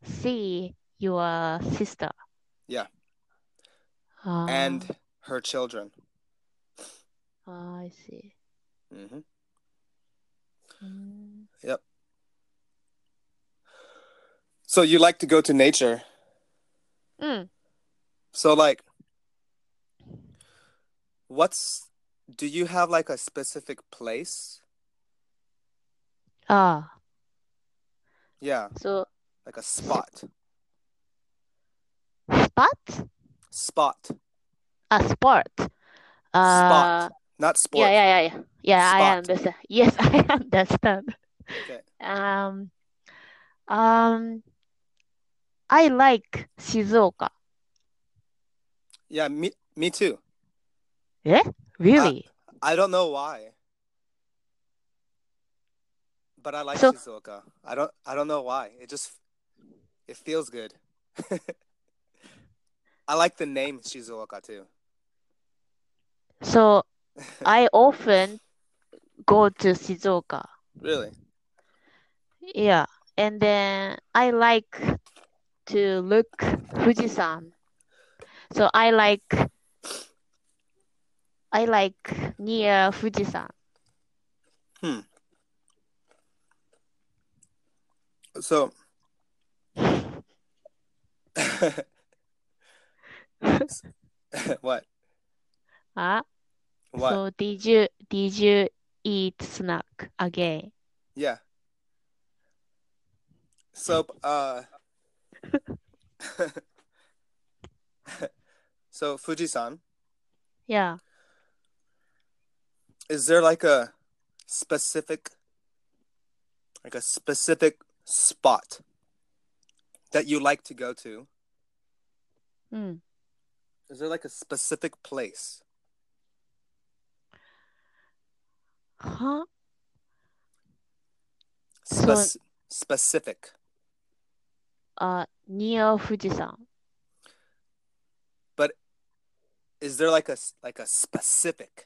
Speaker 1: see your sister.
Speaker 2: Yeah.
Speaker 1: Ah,
Speaker 2: And her children.
Speaker 1: I see.
Speaker 2: hmm
Speaker 1: Mm.
Speaker 2: So you like to go to nature.
Speaker 1: うん。
Speaker 2: So like what's do you have like a specific place?
Speaker 1: Ah,
Speaker 2: Yeah,
Speaker 1: so
Speaker 2: like a spot.
Speaker 1: spot?
Speaker 2: Spot.
Speaker 1: A sport. Uh,
Speaker 2: Spot. Not sport.
Speaker 1: Yeah, yeah, yeah, yeah. Yeah, I
Speaker 2: Spot.
Speaker 1: understand. <laughs> Yes, I understand.
Speaker 2: Okay.
Speaker 1: Um, um, I like Shizuoka.
Speaker 2: Yeah, me me too.
Speaker 1: Really?
Speaker 2: I don't know why. But I like
Speaker 1: So-
Speaker 2: Shizuoka. I don't I don't know why. It just it feels good. <laughs> I like the name Shizuoka too. <laughs> Ah.
Speaker 1: So I often go to Shizuoka.
Speaker 2: really?
Speaker 1: Yeah, and then I like to look Fujisan. So I like I like near Fujisan.
Speaker 2: So <laughs> what?
Speaker 1: Ah,
Speaker 2: What?
Speaker 1: so did you did you eat snack again?
Speaker 2: Yeah. So,
Speaker 1: <laughs>
Speaker 2: uh, <laughs> so Fuji-san,
Speaker 1: Yeah.
Speaker 2: is there like a specific, like a specific spot that you like to go to?
Speaker 1: うん。
Speaker 2: Is there like a specific place?
Speaker 1: は
Speaker 2: Spec- specific.
Speaker 1: あ、near 富士山。
Speaker 2: Is there like a s- like a specific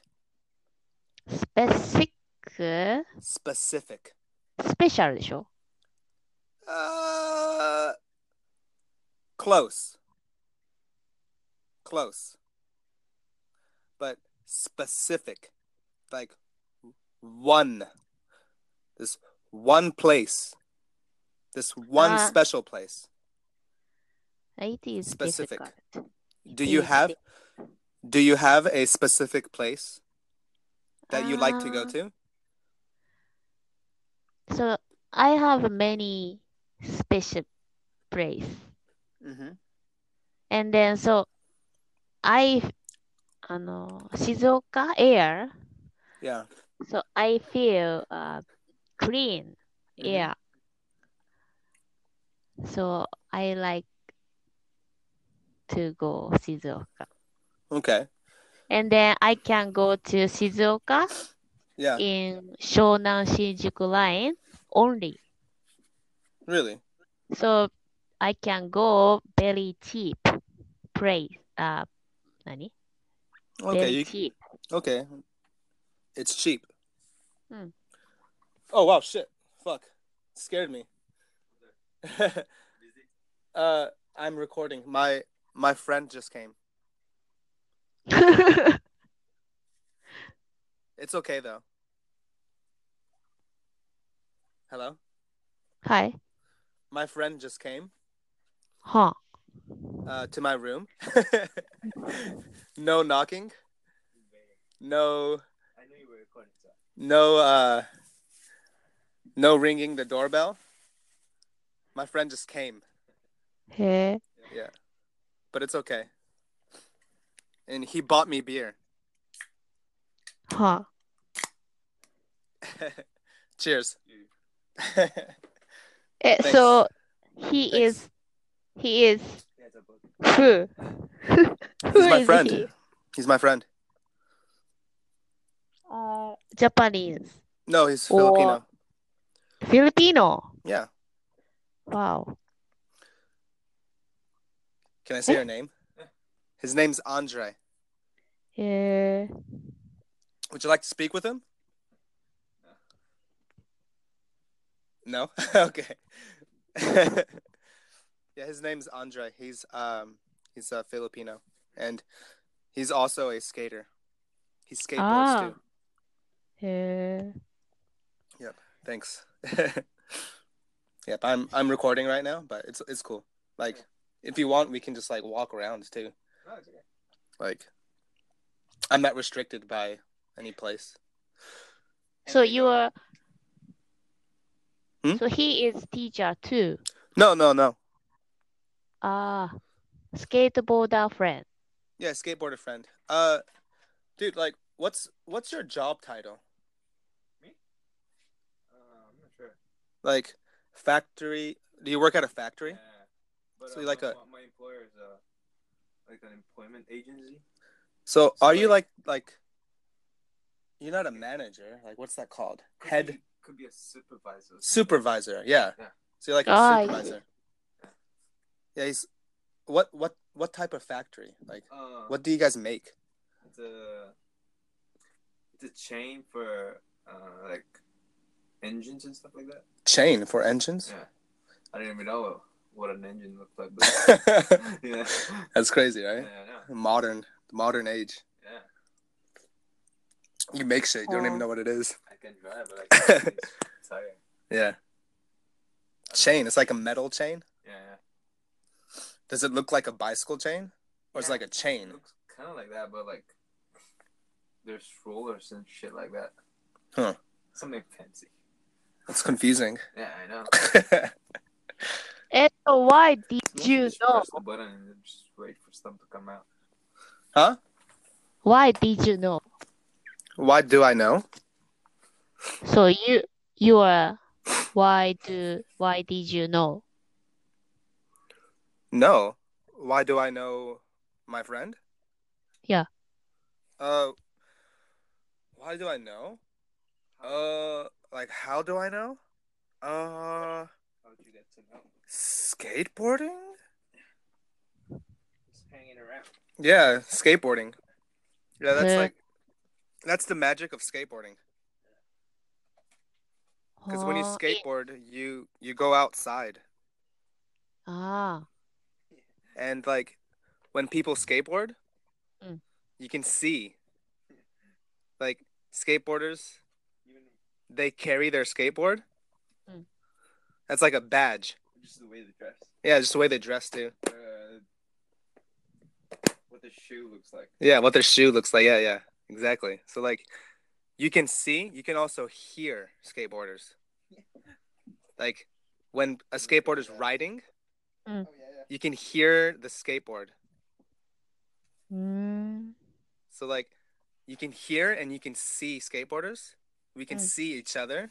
Speaker 1: specific
Speaker 2: specific?
Speaker 1: スペシャルでしょ
Speaker 2: Uh, Close. Close. But specific. Like one. This one place. This one
Speaker 1: Ah.
Speaker 2: special place.
Speaker 1: It is
Speaker 2: Specific.
Speaker 1: difficult.
Speaker 2: Do you
Speaker 1: is
Speaker 2: have do you have a specific place that you like to go
Speaker 1: Ah.
Speaker 2: to?
Speaker 1: So I have many special place,
Speaker 2: Mm-hmm.
Speaker 1: and then so I, あの、静岡 air.
Speaker 2: Yeah.
Speaker 1: So I feel uh clean
Speaker 2: Mhm.
Speaker 1: air. So I like to go Shizuoka,
Speaker 2: Okay.
Speaker 1: and then I can go to Shizuoka
Speaker 2: Yeah.
Speaker 1: in Shonan Shinjuku line only.
Speaker 2: Really?
Speaker 1: So I can go very cheap price. Uh, 何
Speaker 2: Okay.
Speaker 1: very
Speaker 2: You, <laughs>
Speaker 1: cheap.
Speaker 2: Okay. It's cheap.
Speaker 1: Hmm.
Speaker 2: Oh wow! Shit! Fuck! Scared me. <laughs> uh, I'm recording. My my friend just came. It's okay though. Hello.
Speaker 1: Hi.
Speaker 2: My friend just came
Speaker 1: Huh.
Speaker 2: uh, to my room. <laughs> no knocking. No.
Speaker 3: I know you were recording, so
Speaker 2: No. Uh, no ringing the doorbell. My friend just came.
Speaker 1: Hey.
Speaker 2: but it's okay. And he bought me beer. <laughs>
Speaker 1: Huh.
Speaker 2: Cheers.
Speaker 1: Eh,
Speaker 2: Thanks.
Speaker 1: so he
Speaker 2: Thanks.
Speaker 1: is he is
Speaker 3: there's a book.
Speaker 1: who? Who
Speaker 2: He's my
Speaker 1: is
Speaker 2: friend.
Speaker 1: he?
Speaker 2: He's my friend.
Speaker 1: Uh, Japanese.
Speaker 2: No, he's
Speaker 1: Or-
Speaker 2: Filipino.
Speaker 1: Filipino.
Speaker 2: Yeah.
Speaker 1: Wow.
Speaker 2: Can I say your
Speaker 1: <laughs>
Speaker 2: name? His name's Andre.
Speaker 1: Yeah.
Speaker 2: Would you like to speak with him? No? <laughs> okay. yeah, his name's Andre. He's um he's a Filipino and he's also a skater. He skateboards
Speaker 1: Ah. Eh.
Speaker 2: too.
Speaker 1: Yeah.
Speaker 2: Thanks. <laughs> yep, I'm I'm recording right now, but it's it's cool. Like if you want, we can just like walk around too.
Speaker 3: Oh, it's okay.
Speaker 2: Like I'm not restricted by any place.
Speaker 1: So you are.
Speaker 2: Hmm?
Speaker 1: So he is teacher too.
Speaker 2: No, no, no.
Speaker 1: Ah, skateboarder friend.
Speaker 2: Yeah, skateboarder friend. Uh dude, like what's what's your job title?
Speaker 3: Uh, I'm not sure.
Speaker 2: Like factory do you work at a factory?
Speaker 3: Yeah. But
Speaker 2: So
Speaker 3: uh,
Speaker 2: like
Speaker 3: my,
Speaker 2: a-
Speaker 3: my- my employer is uh, like an employment agency.
Speaker 2: So are you like like you're not a manager, like what's that called?
Speaker 3: Could
Speaker 2: Head
Speaker 3: be, could be a supervisor.
Speaker 2: supervisor. Yeah.
Speaker 3: Yeah.
Speaker 2: So you're like a
Speaker 1: Ah, I see.
Speaker 2: supervisor. Yeah, he's what what what type of factory? Like
Speaker 3: Uh,
Speaker 2: what do you guys make?
Speaker 3: It's a it's a chain for uh, like engines and stuff like that.
Speaker 2: Chain for engines? <laughs>
Speaker 3: Yeah. I don't even know what an engine looks like, but
Speaker 2: <laughs>
Speaker 3: <laughs> yeah,
Speaker 2: That's crazy,
Speaker 3: yeah,
Speaker 2: right?
Speaker 3: I know.
Speaker 2: Modern modern age.
Speaker 3: yeah.
Speaker 2: You make shit, you don't
Speaker 1: Oh.
Speaker 2: even know what it is.
Speaker 3: I can drive,
Speaker 2: <laughs>
Speaker 3: but I can't really tire.
Speaker 2: Yeah. Chain, it's like a metal chain.
Speaker 3: Yeah, yeah.
Speaker 2: Does it look like a bicycle chain? Or it's
Speaker 3: Yeah.
Speaker 2: like a chain?
Speaker 3: It looks kind of like that, but like there's rollers and shit like that.
Speaker 2: Huh.
Speaker 3: Something fancy.
Speaker 2: It's <laughs> confusing.
Speaker 3: Yeah, I know.
Speaker 1: And so why did <laughs> you
Speaker 3: Just
Speaker 1: know?
Speaker 3: press the button and then just wait for stuff to come out.
Speaker 2: huh?
Speaker 1: Why did you know?
Speaker 2: Why do I know?
Speaker 1: So you you are why do why did you know?
Speaker 2: No. Why do I know my friend?
Speaker 1: Yeah.
Speaker 2: Uh, why do I know? Uh, like how do I know? Uh,
Speaker 3: How'd you get to know?
Speaker 2: skateboarding?
Speaker 3: Just hanging around.
Speaker 2: Yeah, skateboarding. Yeah, that's
Speaker 1: Yeah.
Speaker 2: like that's the magic of skateboarding. Because when you
Speaker 1: Oh, it-
Speaker 2: skateboard, you you go outside.
Speaker 1: eh, ah
Speaker 2: and like when people skateboard,
Speaker 1: Mm.
Speaker 2: you can see like skateboarders
Speaker 3: Even
Speaker 2: they carry their skateboard.
Speaker 1: Mm.
Speaker 2: That's like a badge.
Speaker 3: just the way they dress,
Speaker 2: Yeah, just the way they dress too.
Speaker 3: uh, what the shoe looks like.
Speaker 2: Yeah, what their shoe looks like. Yeah, yeah, exactly. So like, you can see, you can also hear skateboarders. Like, when a skateboarder's riding,
Speaker 3: Oh yeah,
Speaker 2: you can hear the skateboard.
Speaker 1: うーん。
Speaker 2: So like, you can hear and you can see skateboarders. We can
Speaker 1: Mm.
Speaker 2: see each other.
Speaker 3: yeah.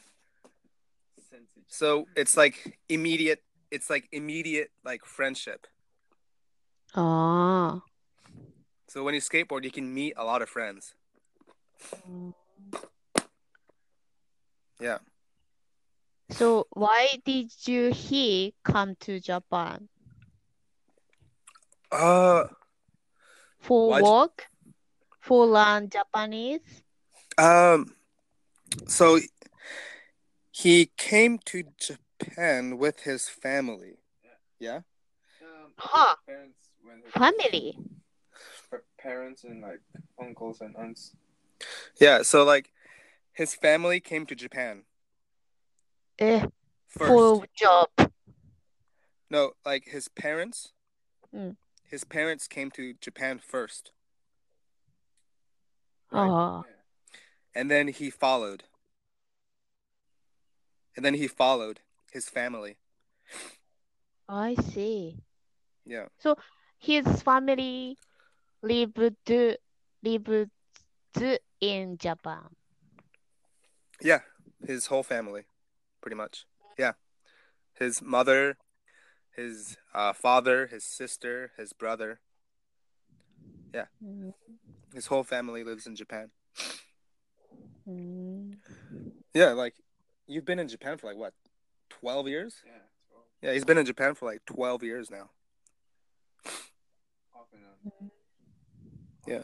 Speaker 3: Sensitive.
Speaker 2: So it's like immediate. It's like immediate like friendship.
Speaker 1: あ
Speaker 2: So when you skateboard, you can meet a lot of friends.
Speaker 1: あ。
Speaker 2: Yeah.
Speaker 1: So why did you he come to Japan?
Speaker 2: Uh,
Speaker 1: For
Speaker 2: Why did-
Speaker 1: work? For learn Japanese?
Speaker 2: Um, so he came to Japan with his family. Yeah.
Speaker 3: Um,
Speaker 1: Huh.
Speaker 3: Parents went with
Speaker 1: Family?
Speaker 3: her parents and like uncles and aunts.
Speaker 2: Yeah. So like, his family came to Japan
Speaker 1: Eh,
Speaker 2: first.
Speaker 1: for job.
Speaker 2: No, like his parents.
Speaker 1: Mm.
Speaker 2: His parents came to Japan first,
Speaker 1: Oh,
Speaker 2: and then he followed. And then he followed his family.
Speaker 1: I see.
Speaker 2: Yeah.
Speaker 1: His family lived lived in
Speaker 2: <laughs>
Speaker 1: Japan.
Speaker 2: Yeah. His whole family, pretty much. Yeah. His mother, his uh, father, his sister, his brother.
Speaker 1: Mm,
Speaker 2: His whole family lives in Japan.
Speaker 1: mm.
Speaker 2: Yeah, like you've been in Japan for like what, twelve years?
Speaker 3: Yeah, it's all
Speaker 2: Yeah, he's been in Japan for like twelve years now.
Speaker 3: off and on.
Speaker 2: Yeah.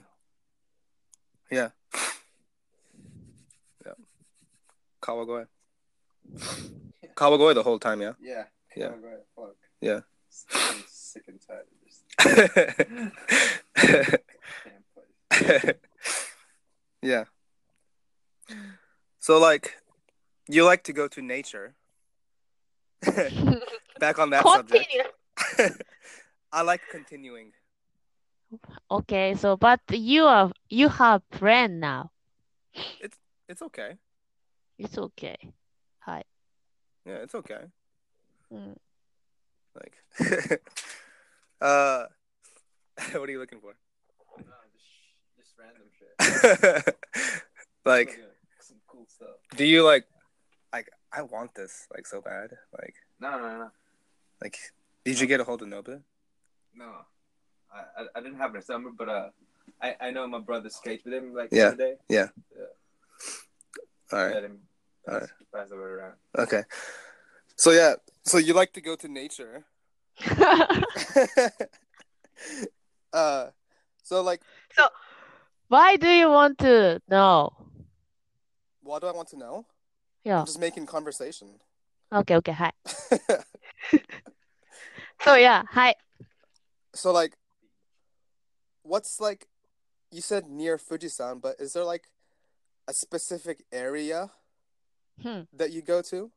Speaker 2: Yeah. Yeah. Kawagoe. Kawagoe the whole time, yeah.
Speaker 3: Yeah.
Speaker 2: Yeah.
Speaker 3: Oh, right, fuck.
Speaker 2: Yeah.
Speaker 3: I'm sick and tired of
Speaker 2: <laughs>
Speaker 3: this damn place.
Speaker 2: <laughs> yeah. So like you like to go to nature. <laughs> Back on that subject.
Speaker 1: Continue.
Speaker 2: <laughs> I like continuing.
Speaker 1: Okay, so but you are you have friend now.
Speaker 2: It's okay.
Speaker 1: It's okay.
Speaker 2: Yeah, it's okay.
Speaker 1: Mm.
Speaker 2: Like, <laughs> uh, <laughs> what are you looking for? <laughs>
Speaker 3: No, just, sh- just random shit.
Speaker 2: like,
Speaker 3: some cool stuff.
Speaker 2: do you like, like, I want this like so bad. Like,
Speaker 3: No, no, no,
Speaker 2: like, did you get a hold of Nobu?
Speaker 3: no. I, I, I didn't have his number, but uh, I, I know my brother skates with him like
Speaker 2: Yeah,
Speaker 3: today.
Speaker 2: All right.
Speaker 3: Let him pass,
Speaker 2: Alright.
Speaker 3: pass the word around.
Speaker 2: Okay. So yeah, so you like to go to nature. <laughs> uh, so like,
Speaker 1: <laughs> Why do you want to know?
Speaker 2: why do I want to know?
Speaker 1: Yeah.
Speaker 2: just making conversation. <laughs>
Speaker 1: Okay, okay, hi. So yeah, hi.
Speaker 2: So like, what's like, you said near Fujisan, but is there like a specific area
Speaker 1: Hmm.
Speaker 2: that you go to?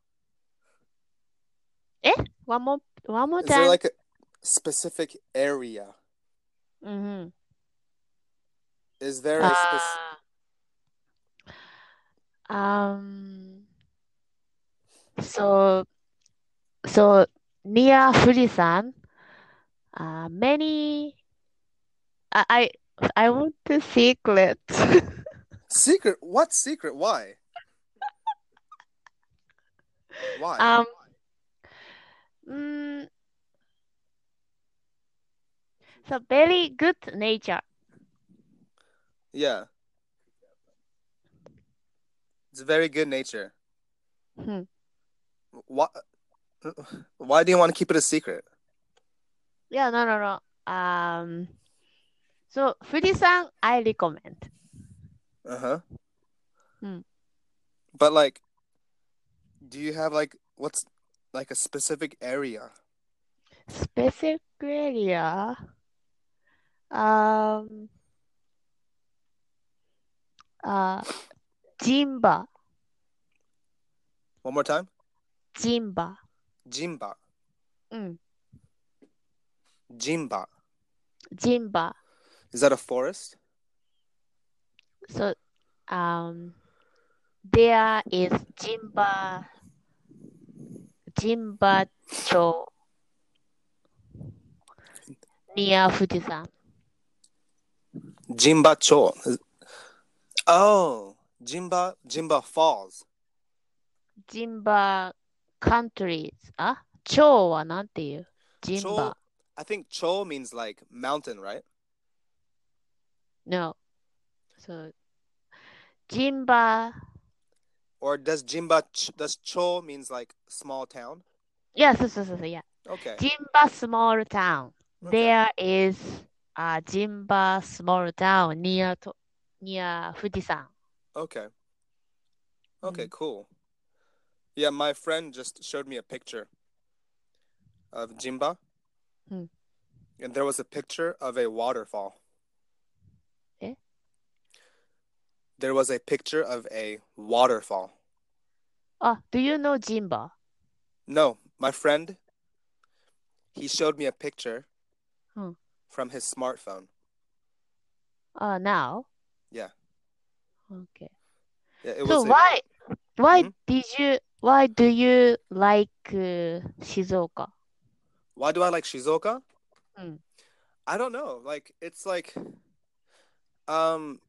Speaker 1: One more one more
Speaker 2: Is there
Speaker 1: time.
Speaker 2: like a specific area?
Speaker 1: Mm-hmm.
Speaker 2: Is there a spec-
Speaker 1: Uh, um, so, so near Fujisan, uh, many, I, I, I want to secret. <laughs>
Speaker 2: secret? What secret? Why? Why?
Speaker 1: Um, mm, so very good nature.
Speaker 2: yeah. It's very good nature.
Speaker 1: Hmm.
Speaker 2: Why? Why do you want to keep it a secret?
Speaker 1: Yeah, no, no, no. Um, so Fujisan, I recommend.
Speaker 2: Uh huh.
Speaker 1: Hmm.
Speaker 2: But like, do you have like what's like a specific area?
Speaker 1: specific area. Um, uh, Jimba,
Speaker 2: One more time.
Speaker 1: Jimba.
Speaker 2: Jimba.
Speaker 1: うん、
Speaker 2: Jimba.
Speaker 1: ジンバ。
Speaker 2: Is that a forest?
Speaker 1: So, um, there is Jimba, Jimba Cho near Fujisan.
Speaker 2: Jimba Cho. Oh, Jimba Jimba Falls.
Speaker 1: Jimba countries. あ、Cho はなんていう
Speaker 2: Cho,
Speaker 1: ?Jimba。
Speaker 2: I think Cho means like mountain, right?
Speaker 1: No. So, Jimba.
Speaker 2: Or does Jimba ch- does Cho means like small town?
Speaker 1: Yeah, そうそうそうそう、yeah.
Speaker 2: Okay.
Speaker 1: Jimba small town.
Speaker 2: okay.
Speaker 1: There is a Jimba small town near to, near 富士山。
Speaker 2: Okay. Okay,
Speaker 1: Mm.
Speaker 2: cool. Yeah, my friend just showed me a picture of Jimba.
Speaker 1: Hmm.
Speaker 2: And there was a picture of a waterfall.
Speaker 1: Eh?
Speaker 2: There was a picture of a waterfall.
Speaker 1: あ、Do you know Jimba?
Speaker 2: No, my friend, he showed me a picture
Speaker 1: Hmm.
Speaker 2: from his smartphone.
Speaker 1: Uh, now?
Speaker 2: Yeah.
Speaker 1: Okay.
Speaker 2: Yeah, it
Speaker 1: So
Speaker 2: was a-
Speaker 1: why why
Speaker 2: Hmm?
Speaker 1: did you why do you like uh, Shizuoka?
Speaker 2: Why do I like Shizuoka?
Speaker 1: Hmm.
Speaker 2: I don't know. Like it's like um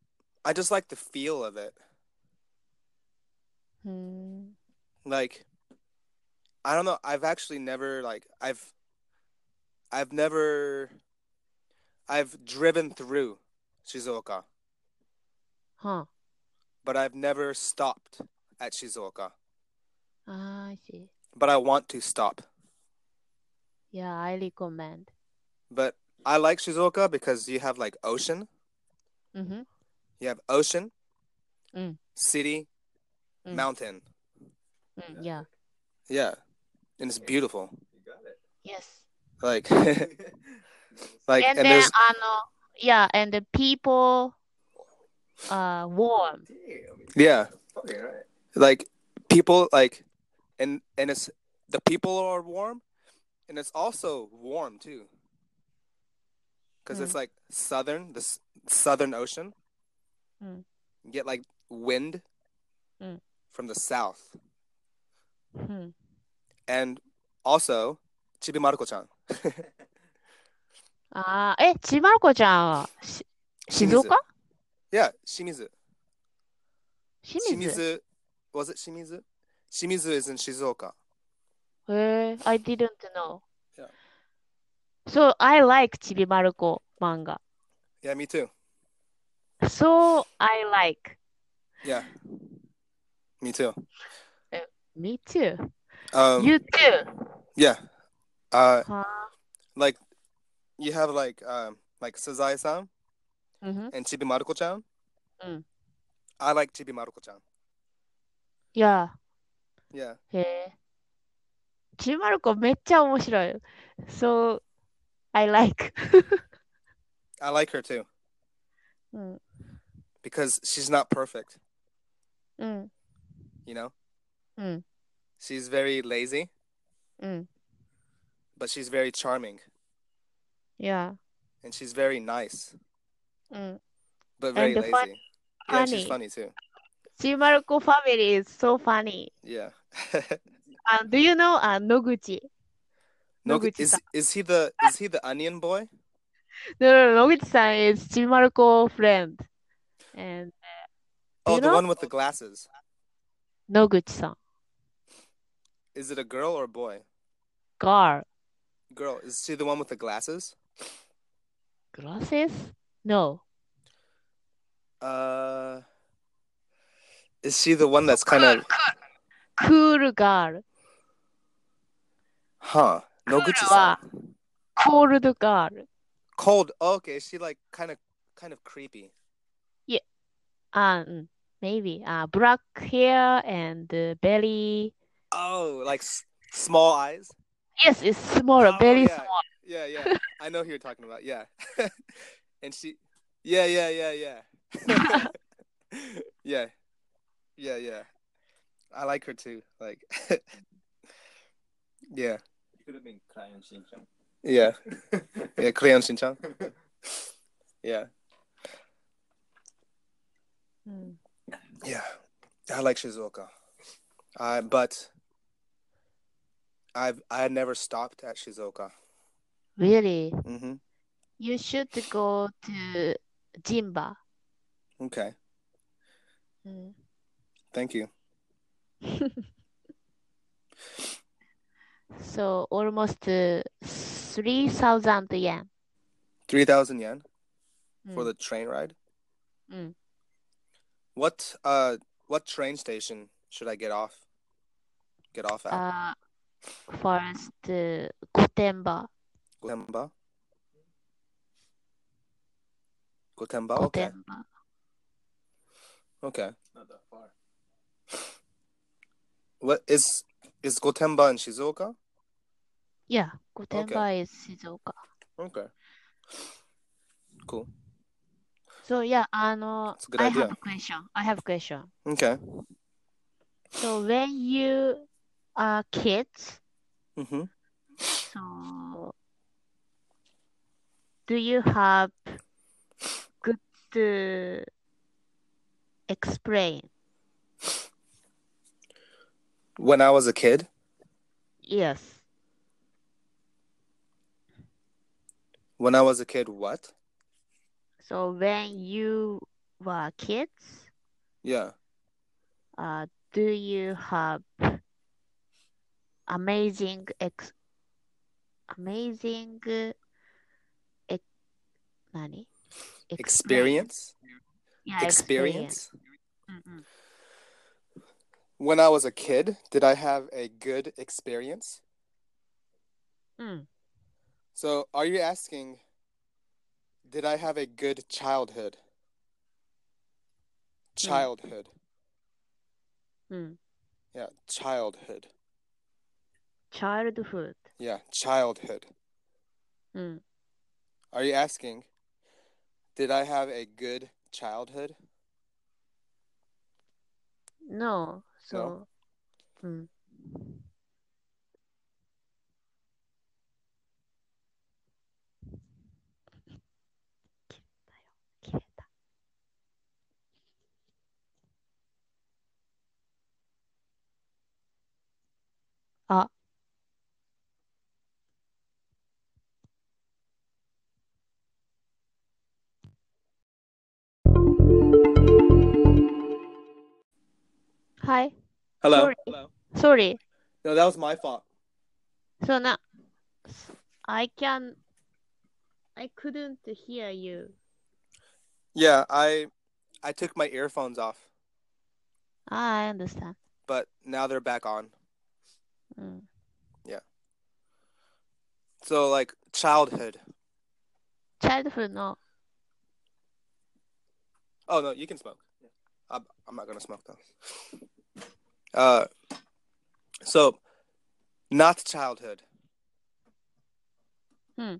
Speaker 2: I just like the feel of it.
Speaker 1: Hmm.
Speaker 2: Like I don't know. I've actually never like I've I've never I've driven through Shizuoka,
Speaker 1: Huh.
Speaker 2: but I've never stopped at Shizuoka.
Speaker 1: Ah, I see.
Speaker 2: But I want to stop.
Speaker 1: Yeah, I recommend.
Speaker 2: But I like Shizuoka because you have like ocean.
Speaker 1: Mm-hmm.
Speaker 2: You have ocean,
Speaker 1: Mm.
Speaker 2: city,
Speaker 1: Mm.
Speaker 2: mountain.
Speaker 1: Mm, yeah.
Speaker 2: Yeah. And it's beautiful.
Speaker 3: You got it.
Speaker 1: Yes.
Speaker 2: Like <laughs>
Speaker 3: Nice.
Speaker 2: like
Speaker 1: And
Speaker 2: and,
Speaker 1: then
Speaker 2: there's
Speaker 1: uh, no, yeah, and the people uh warm.
Speaker 3: Damn.
Speaker 2: yeah.
Speaker 3: Fucking right.
Speaker 2: like people like and and it's the people are warm and it's also warm too because it's
Speaker 1: Mm.
Speaker 2: like southern the s- southern ocean
Speaker 1: Mm.
Speaker 2: You get like wind
Speaker 1: Mm.
Speaker 2: from the south
Speaker 1: Hmm.
Speaker 2: and also chibi maruko-chan
Speaker 1: Ah, eh, ちまる子ちゃんはし静岡
Speaker 2: <laughs> yeah shimizu
Speaker 1: 清
Speaker 2: shimizu
Speaker 1: 水
Speaker 2: was it shimizu shimizu is in shizuoka
Speaker 1: Eh, I didn't know.
Speaker 2: Yeah.
Speaker 1: So I like ちびまる子 manga.
Speaker 2: yeah me too
Speaker 1: So I like.
Speaker 2: yeah me too
Speaker 1: Me too.
Speaker 2: um
Speaker 1: You too.
Speaker 2: yeah uh
Speaker 1: Huh?
Speaker 2: like you have like um like Sazae san
Speaker 1: Mm-hmm.
Speaker 2: and Chibi Maruko chan.
Speaker 1: Mm.
Speaker 2: I like Chibi Maruko chan.
Speaker 1: Yeah.
Speaker 2: Yeah.
Speaker 1: へえ。ちびまる子めっちゃ面白い。So I like. <laughs>
Speaker 2: I like her too
Speaker 1: うん。
Speaker 2: because she's not perfect,
Speaker 1: うん。
Speaker 2: you know?
Speaker 1: Mm.
Speaker 2: She's very lazy,
Speaker 1: うん。
Speaker 2: but she's very charming
Speaker 1: Yeah.
Speaker 2: and she's very nice,
Speaker 1: うん。
Speaker 2: but very
Speaker 1: Mm. the
Speaker 2: lazy.
Speaker 1: fun-
Speaker 2: yeah, and she's funny
Speaker 1: funny.
Speaker 2: too.
Speaker 1: ちびまる子 family is so funny.
Speaker 2: Yeah. <laughs>
Speaker 1: Uh, do you know uh, 野口
Speaker 2: no, is
Speaker 1: Noguchi-san.
Speaker 2: is he the is he the onion boy?
Speaker 1: No, no, no, 野口さん is ちびまる子 friend. And
Speaker 2: Oh,
Speaker 1: You
Speaker 2: the
Speaker 1: know?
Speaker 2: one with the glasses.
Speaker 1: 野口さん
Speaker 2: Is it a girl or a boy?
Speaker 1: girl.
Speaker 2: Girl. Is she the one with the glasses?
Speaker 1: Glasses? No.
Speaker 2: Uh Is she the one that's kind of
Speaker 1: Cool girl.
Speaker 2: Huh. No
Speaker 1: Cool
Speaker 2: Gucci
Speaker 1: wa
Speaker 2: san.
Speaker 1: cold girl.
Speaker 2: Cold. Oh, okay, is she like kind of kind of creepy?
Speaker 1: Uh, mm, maybe. Uh, black hair and uh, belly.
Speaker 2: Oh, like s- small eyes.
Speaker 1: Yes, it's small,
Speaker 2: Oh,
Speaker 1: very
Speaker 2: yeah.
Speaker 1: small.
Speaker 2: Yeah, yeah. I know who you're talking about. Yeah. <laughs> and she Yeah, yeah, yeah, <laughs> yeah. yeah. Yeah, yeah. I like her too. Like <laughs> Yeah.
Speaker 3: You could have been Crayon Shin-chan.
Speaker 2: Yeah. Yeah, Crayon Shinchan. Yeah.
Speaker 1: Mm.
Speaker 2: Yeah. I like Shizuoka. I but I've I never stopped at Shizuoka.
Speaker 1: Really,
Speaker 2: Mhm.
Speaker 1: you should go to Jimba.
Speaker 2: Okay.
Speaker 1: Mm.
Speaker 2: Thank you.
Speaker 1: <laughs> So almost uh, three thousand yen.
Speaker 2: 3000 yen for
Speaker 1: Mm.
Speaker 2: the train ride?
Speaker 1: Mm.
Speaker 2: What uh what train station should I get off? Get off at
Speaker 1: Uh, first uh, Gotemba.
Speaker 2: Gotemba? Gotemba? Okay.
Speaker 1: Gotemba.
Speaker 2: Okay.
Speaker 3: Not that far.
Speaker 2: What is is Gotemba in Shizuoka?
Speaker 1: Yeah, Gotemba is Shizuoka.
Speaker 2: Okay. Cool.
Speaker 1: So yeah, あの、
Speaker 2: It's a good
Speaker 1: I
Speaker 2: idea.
Speaker 1: have a question. I have a question.
Speaker 2: Okay.
Speaker 1: So when you are kids,
Speaker 2: Mhm.
Speaker 1: so do you have good to explain?
Speaker 2: When I was a kid,
Speaker 1: Yes.
Speaker 2: when I was a kid, what?
Speaker 1: So when you were kids,
Speaker 2: Yeah.
Speaker 1: uh, do you have amazing ex amazing uh, ex 何
Speaker 2: Experience?
Speaker 1: Yeah,
Speaker 2: Experience?
Speaker 1: Mm-mm.
Speaker 2: When I was a kid, did I have a good experience?
Speaker 1: Mm.
Speaker 2: So, are you asking, did I have a good childhood? Childhood.
Speaker 1: Mm.
Speaker 2: Yeah, childhood.
Speaker 1: Childhood.
Speaker 2: Yeah, childhood.
Speaker 1: Mm.
Speaker 2: Are you asking, did I have a good childhood?
Speaker 1: No. So, mm. Ah. Hi.
Speaker 2: Hello.
Speaker 1: Sorry. Sorry.
Speaker 2: No, that was my fault.
Speaker 1: So now I can I couldn't hear you.
Speaker 2: Yeah, I I took my earphones off,
Speaker 1: Ah, I understand.
Speaker 2: but now they're back on.
Speaker 1: Mm.
Speaker 2: So, like childhood.
Speaker 1: Childhood, no.
Speaker 2: Oh, no, you can smoke. I'm, I'm not going to smoke though. Uh so not childhood.
Speaker 1: Hmm.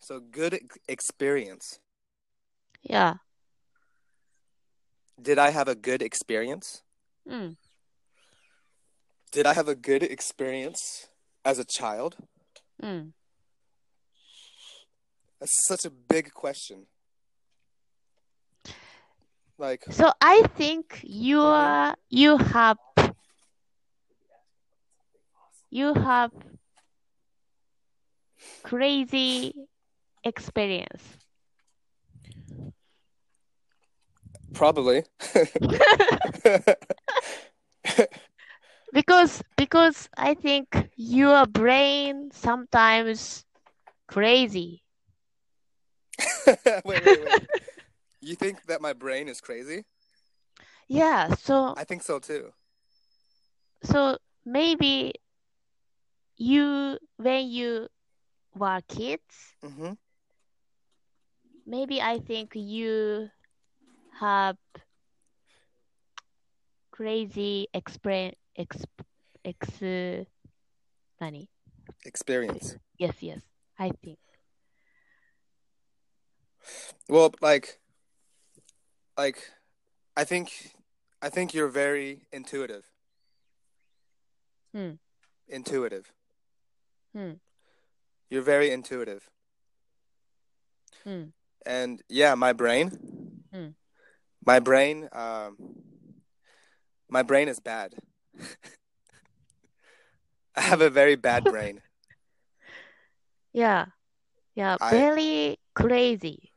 Speaker 2: So good ex- experience.
Speaker 1: Yeah.
Speaker 2: Did I have a good experience?
Speaker 1: Mm.
Speaker 2: Did I have a good experience as a child?
Speaker 1: Mm.
Speaker 2: That's such a big question. Like,
Speaker 1: So I think you are you have you have crazy experience. <laughs>
Speaker 2: probably. <laughs>
Speaker 1: Because because I think your brain sometimes crazy.
Speaker 2: wait, wait, wait. You think that my brain is crazy?
Speaker 1: Yeah, so
Speaker 2: I think so too.
Speaker 1: so maybe you when you were kids,
Speaker 2: Mm-hmm.
Speaker 1: maybe I think you have crazy explain ex ex 何
Speaker 2: experience.
Speaker 1: Yes, yes. I think.
Speaker 2: Well, like, like, I think, I think you're very intuitive.
Speaker 1: Hmm.
Speaker 2: Intuitive.
Speaker 1: Hmm.
Speaker 2: You're very intuitive.
Speaker 1: Hmm.
Speaker 2: And yeah, my brain.
Speaker 1: Hmm.
Speaker 2: My brain. Um. My brain is bad. <laughs> I have a very
Speaker 1: <laughs>
Speaker 2: bad brain.
Speaker 1: Yeah. Yeah,
Speaker 2: I-
Speaker 1: very crazy.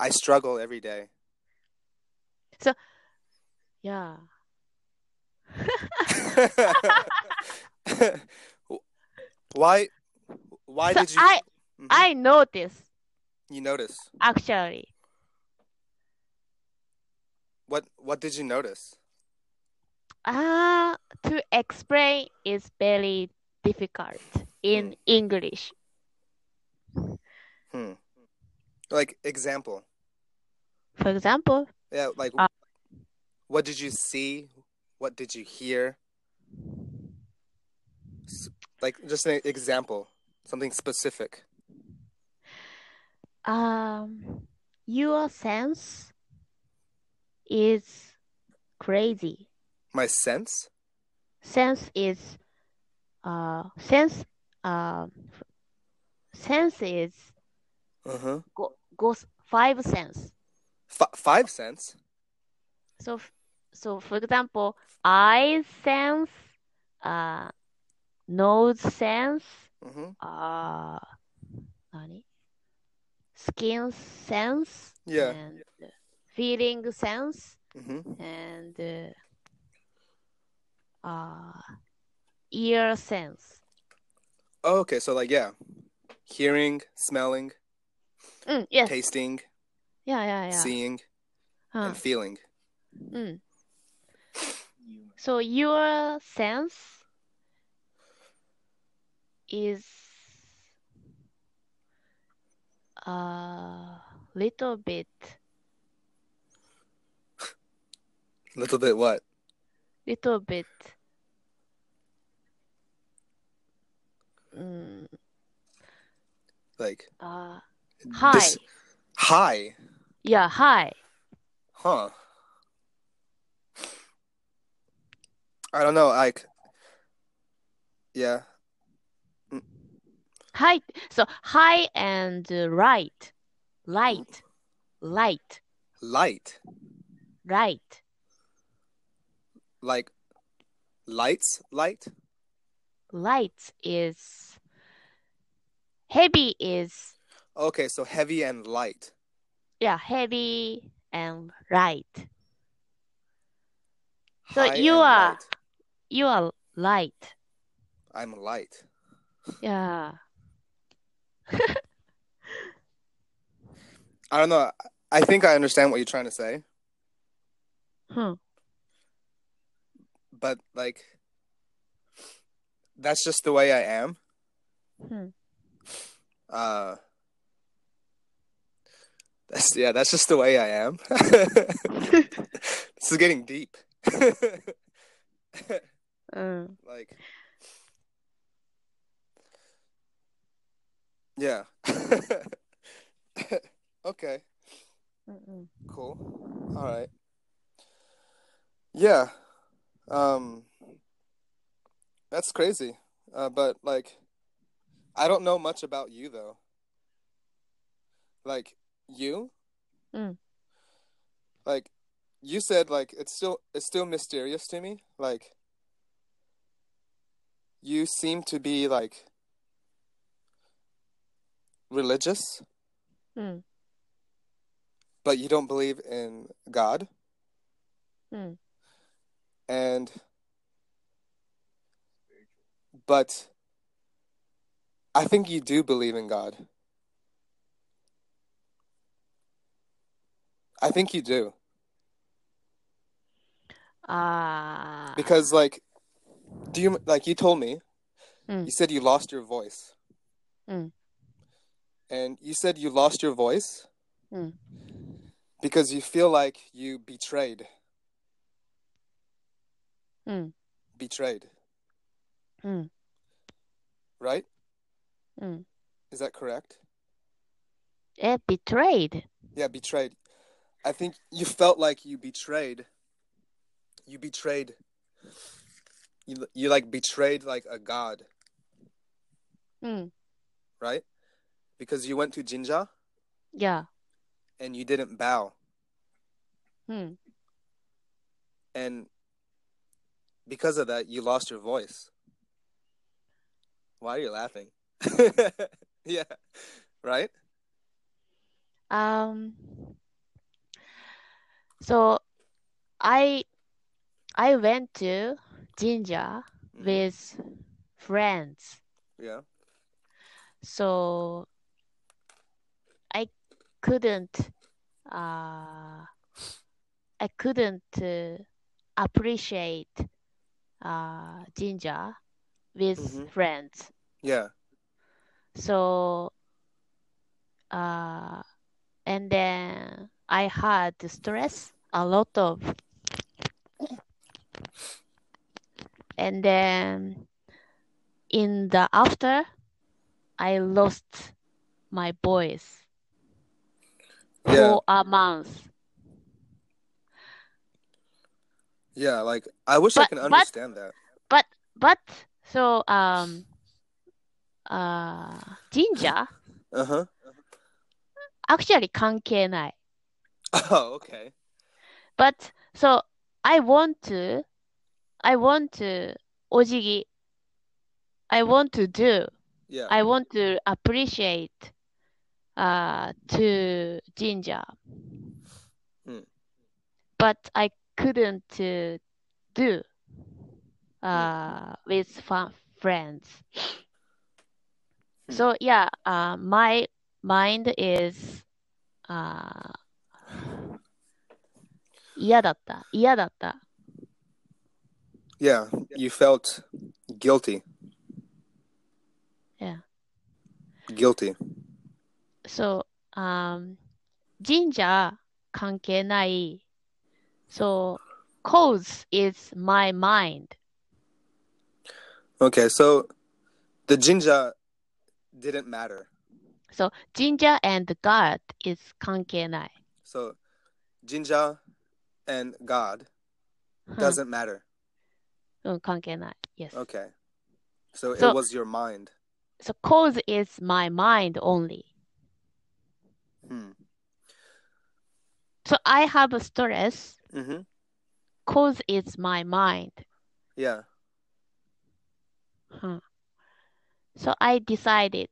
Speaker 2: I struggle every day.
Speaker 1: Yeah.
Speaker 2: <laughs> why why
Speaker 1: <laughs> So
Speaker 2: did you
Speaker 1: I
Speaker 2: Mhm.
Speaker 1: I know this
Speaker 2: you notice
Speaker 1: actually.
Speaker 2: what what did you notice
Speaker 1: Ah, to explain is very difficult in English.
Speaker 2: like example
Speaker 1: For example,
Speaker 2: yeah like
Speaker 1: Uh.
Speaker 2: what did you see what did you hear S- like just an example something specific
Speaker 1: um, your sense is crazy.
Speaker 2: my sense
Speaker 1: sense is uh sense um sense is
Speaker 2: uh-huh
Speaker 1: go, goes five sense
Speaker 2: F- five cents
Speaker 1: so f- so for example eye sense uh nose sense
Speaker 2: mm-hmm.
Speaker 1: uh 何 skin sense
Speaker 2: Yeah.
Speaker 1: and feeling sense
Speaker 2: Mm-hmm.
Speaker 1: and uh, uh ear sense
Speaker 2: Oh, okay so like yeah hearing smelling
Speaker 1: mm, yes
Speaker 2: tasting
Speaker 1: yeah yeah yeah
Speaker 2: seeing and
Speaker 1: Huh.
Speaker 2: feeling
Speaker 1: Mm.
Speaker 3: You
Speaker 1: So your sense is a uh, little bit
Speaker 2: little bit what
Speaker 1: little bit mm,
Speaker 2: like
Speaker 1: uh,
Speaker 2: dis-
Speaker 1: high.
Speaker 2: high
Speaker 1: Yeah, high.
Speaker 2: Huh. I don't know, like yeah.
Speaker 1: High. So high and uh, right. Light. Light.
Speaker 2: Light.
Speaker 1: Right.
Speaker 2: Like lights, light?
Speaker 1: Light is heavy is
Speaker 2: Okay, so heavy and light.
Speaker 1: yeah, heavy and light. So
Speaker 2: High
Speaker 1: you uh,
Speaker 2: and
Speaker 1: are-
Speaker 2: light.
Speaker 1: You are light.
Speaker 2: I'm light.
Speaker 1: Yeah.
Speaker 2: I don't know. I think I understand what you're trying to say,
Speaker 1: Hmm.
Speaker 2: but like that's just the way I am.
Speaker 1: Hmm.
Speaker 2: Uh that's yeah, that's just the way I am. <laughs> this is getting deep. <laughs>
Speaker 1: Mm.
Speaker 2: like yeah <laughs> okay
Speaker 1: Mm-mm.
Speaker 2: cool
Speaker 1: mm.
Speaker 2: all right yeah um that's crazy uh, but like i don't know much about you though like you
Speaker 1: Mm.
Speaker 2: like you said like it's still it's still mysterious to me like you seem to be like religious
Speaker 1: Mm.
Speaker 2: but you don't believe in god
Speaker 1: Mm.
Speaker 2: and but i think you do believe in god i think you do
Speaker 1: Ah.
Speaker 2: because like do you like you told me
Speaker 1: Mm.
Speaker 2: you said you lost your voice
Speaker 1: Mm.
Speaker 2: and you said you lost your voice
Speaker 1: Mm.
Speaker 2: because you feel like you betrayed
Speaker 1: Mm.
Speaker 2: betrayed
Speaker 1: Mm.
Speaker 2: right?
Speaker 1: Mm.
Speaker 2: Is that correct?
Speaker 1: Eh, betrayed.
Speaker 2: Yeah, betrayed. I think you felt like you betrayed. You betrayed. You, you like betrayed like a god,
Speaker 1: Mm.
Speaker 2: right? Because you went to Jinja
Speaker 1: Yeah.
Speaker 2: and you didn't bow.
Speaker 1: Mm.
Speaker 2: And because of that, you lost your voice. Why are you laughing? <laughs> yeah, right?
Speaker 1: Um. So, I I went to Jinja
Speaker 2: Mhm.
Speaker 1: with friends.
Speaker 2: Yeah.
Speaker 1: So I couldn't uh I couldn't uh, appreciate uh ginger with
Speaker 2: Mhm.
Speaker 1: friends.
Speaker 2: Yeah.
Speaker 1: So uh and then I had stress a lot of and then in the after I lost my voice
Speaker 2: Yeah.
Speaker 1: for a month.
Speaker 2: Yeah. Like, I wish I
Speaker 1: But-
Speaker 2: can
Speaker 1: but-
Speaker 2: understand that.
Speaker 1: But so um uh ginger
Speaker 2: Uh huh.
Speaker 1: actually 関係ない
Speaker 2: <laughs> Oh, okay.
Speaker 1: But so I want to I want to お辞儀 I want to do
Speaker 2: Yeah.
Speaker 1: I want to appreciate uh to ginger.
Speaker 2: Hmm.
Speaker 1: But I couldn't uh, do uh with fun friends.
Speaker 2: Hmm.
Speaker 1: So yeah, uh, my mind is uh <sighs> 嫌だった嫌だった。
Speaker 2: Yeah. You felt guilty.
Speaker 1: Yeah.
Speaker 2: Guilty.
Speaker 1: So, um, 神社関係ない。So, cause is my mind.
Speaker 2: Okay. So, the jinja didn't matter.
Speaker 1: So, 神社 and God is 関係ない。
Speaker 2: So, jinja and God
Speaker 1: うん
Speaker 2: doesn't matter.
Speaker 1: うん、関係ない。Yes.
Speaker 2: Okay. So,
Speaker 1: So-
Speaker 2: it was your mind.
Speaker 1: So, cause is my mind only.
Speaker 2: Hmm.
Speaker 1: So, I have a stress.
Speaker 2: Mm-hmm.
Speaker 1: Cause is my mind.
Speaker 2: Yeah.
Speaker 1: Huh. So I decided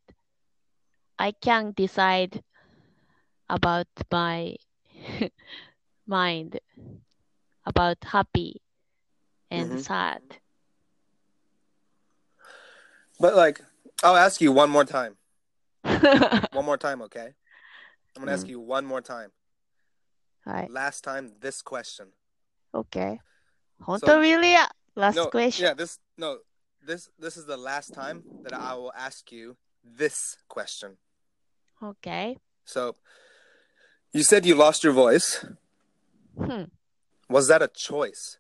Speaker 1: I can decide about my <laughs> mind about happy and
Speaker 2: Mhm.
Speaker 1: <laughs> sad.
Speaker 2: But, like, I'll ask you one more time. One more time, okay? I'm going to
Speaker 1: Hmm.
Speaker 2: ask you one more time.
Speaker 1: Alright,
Speaker 2: Last time, this question.
Speaker 1: okay.
Speaker 2: So-
Speaker 1: 本当 really? Uh, Last
Speaker 2: no,
Speaker 1: question.
Speaker 2: Yeah, this no, this this is the last time that I will ask you this question.
Speaker 1: Okay.
Speaker 2: So, you said you lost your voice.
Speaker 1: Hmm.
Speaker 2: Was that a choice?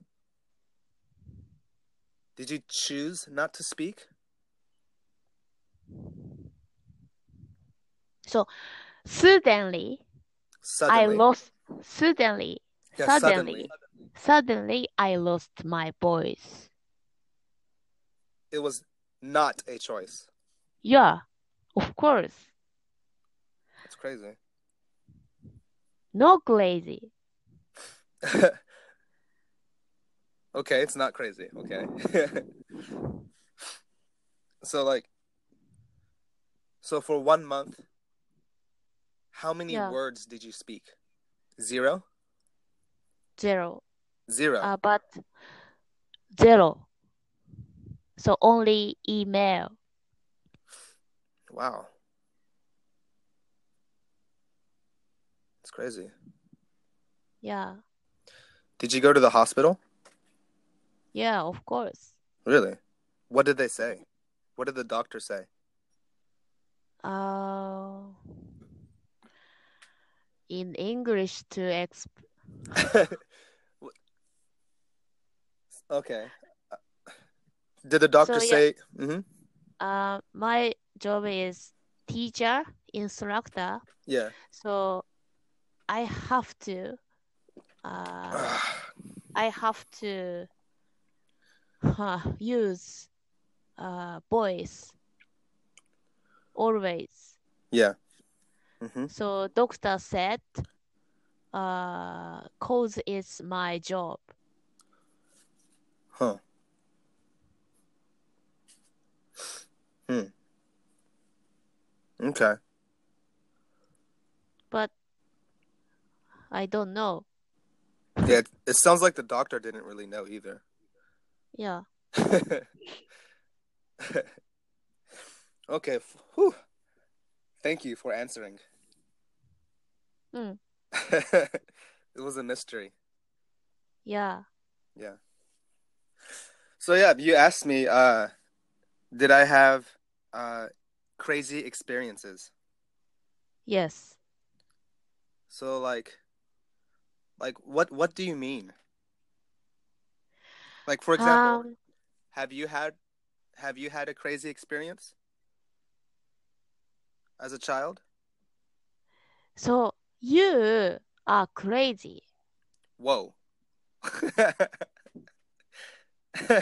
Speaker 2: Did you choose not to speak?
Speaker 1: Suddenly,
Speaker 2: Suddenly,
Speaker 1: I lost. Suddenly,
Speaker 2: Yeah,
Speaker 1: suddenly, suddenly, I lost my voice.
Speaker 2: it was not a choice.
Speaker 1: Yeah, of course.
Speaker 2: That's crazy.
Speaker 1: No crazy.
Speaker 2: <laughs> okay, it's not crazy. Okay. <laughs> so like, so for one month, how many
Speaker 1: Yeah.
Speaker 2: words did you speak? Zero.
Speaker 1: Zero.
Speaker 2: <laughs> Zero.
Speaker 1: Uh, but zero. So only email.
Speaker 2: Wow. It's crazy.
Speaker 1: Yeah.
Speaker 2: Did you go to the hospital?
Speaker 1: Yeah, of course.
Speaker 2: Really? What did they say? What did the doctor say?
Speaker 1: Uh, in English to exp
Speaker 2: <laughs> okay. Did the doctor
Speaker 1: So, yeah.
Speaker 2: say? hmm
Speaker 1: uh, my job is teacher, instructor,
Speaker 2: Yeah. <sighs>
Speaker 1: so I have to uh,
Speaker 2: Mm-hmm,
Speaker 1: I have to huh, use uh, voice always.
Speaker 2: yeah. hmm
Speaker 1: So doctor said, uh, cause is my job.
Speaker 2: Huh. Hmm. Okay.
Speaker 1: but I don't know.
Speaker 2: Yeah, it, it sounds like the doctor didn't really know either. <laughs>
Speaker 1: Yeah.
Speaker 2: okay. f- Whew. Thank you for answering.
Speaker 1: Mm.
Speaker 2: <laughs> it was a mystery.
Speaker 1: Yeah.
Speaker 2: So yeah, you asked me, uh, did I have uh, crazy experiences?
Speaker 1: Yes.
Speaker 2: So like, like what what do you mean? Like for example,
Speaker 1: Um,
Speaker 2: have you had have you had a crazy experience as a child?
Speaker 1: so you are crazy.
Speaker 2: Whoa. <laughs>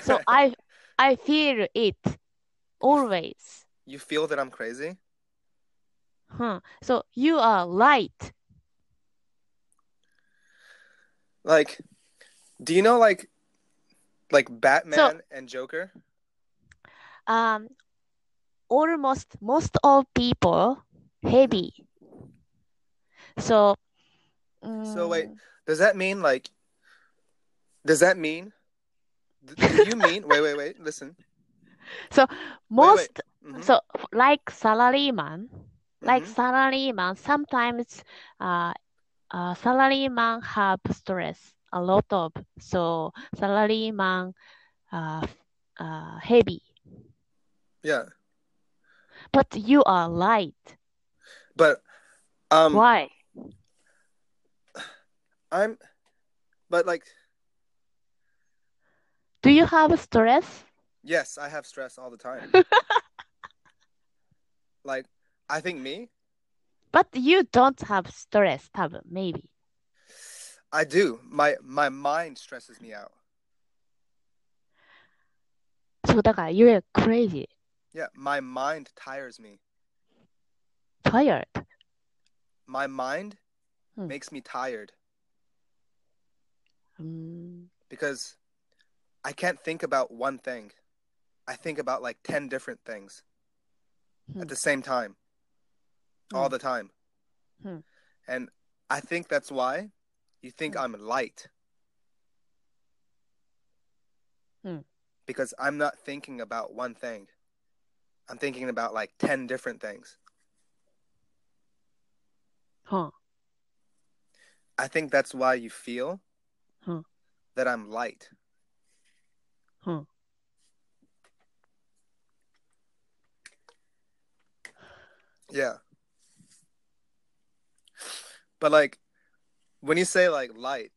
Speaker 1: So I I feel it always.
Speaker 2: you feel that I'm crazy?
Speaker 1: Huh. So you are right.
Speaker 2: Like, do you know like like Batman and Joker?
Speaker 1: Um, almost most of people heavy. So
Speaker 2: So wait,
Speaker 1: mm,
Speaker 2: Does that mean like? Does that mean? th- Do you mean? wait, wait, wait. Listen.
Speaker 1: most
Speaker 2: Mhm,
Speaker 1: So, f- like salaryman, like
Speaker 2: mhm.
Speaker 1: salaryman, sometimes uh, uh, salaryman have stress a lot of. So salaryman uh, uh, heavy.
Speaker 2: Yeah,
Speaker 1: But you are right.
Speaker 2: but um,
Speaker 1: Why?
Speaker 2: I'm but like
Speaker 1: Do you have stress?
Speaker 2: yes, I have stress all the
Speaker 1: <laughs>
Speaker 2: time. like, I think me,
Speaker 1: But you don't have stress, 多分 maybe.
Speaker 2: I do. My my mind stresses me out.
Speaker 1: So だから you're crazy,
Speaker 2: Yeah, my mind tires me.
Speaker 1: tired.
Speaker 2: My mind
Speaker 1: Hmm.
Speaker 2: makes me tired
Speaker 1: Mm,
Speaker 2: because I can't think about one thing. I think about like ten different things
Speaker 1: Hmm.
Speaker 2: at the same time. all
Speaker 1: mm,
Speaker 2: the time.
Speaker 1: Hmm.
Speaker 2: And I think that's why you think
Speaker 1: Hmm.
Speaker 2: I'm light.
Speaker 1: Hmm.
Speaker 2: Because I'm not thinking about one thing. I'm thinking about like 10 different things.
Speaker 1: huh.
Speaker 2: I think that's why you feel
Speaker 1: Hmm.
Speaker 2: that I'm light.
Speaker 1: Hmm.
Speaker 2: Yeah. But like when you say like light,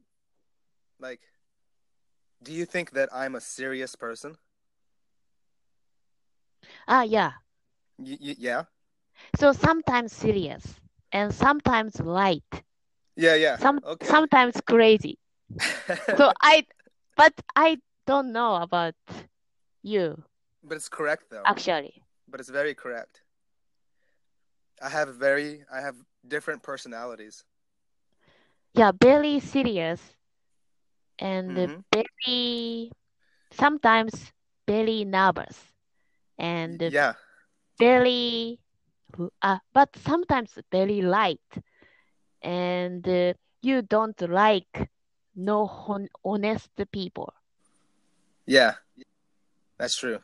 Speaker 2: like do you think that I'm a serious person?
Speaker 1: Ah, yeah.
Speaker 2: Y- y- yeah.
Speaker 1: So sometimes serious and sometimes light.
Speaker 2: Yeah, yeah.
Speaker 1: some
Speaker 2: Okay.
Speaker 1: sometimes crazy. So I, but I don't know about you
Speaker 2: <laughs> but it's correct though.
Speaker 1: actually.
Speaker 2: but it's very correct. I have very I have different personalities.
Speaker 1: Yeah, very serious and
Speaker 2: Mhm.
Speaker 1: very sometimes very nervous and
Speaker 2: Yeah.
Speaker 1: very uh, but sometimes very light and uh, you don't like no hon- honest people
Speaker 2: Yeah. That's true.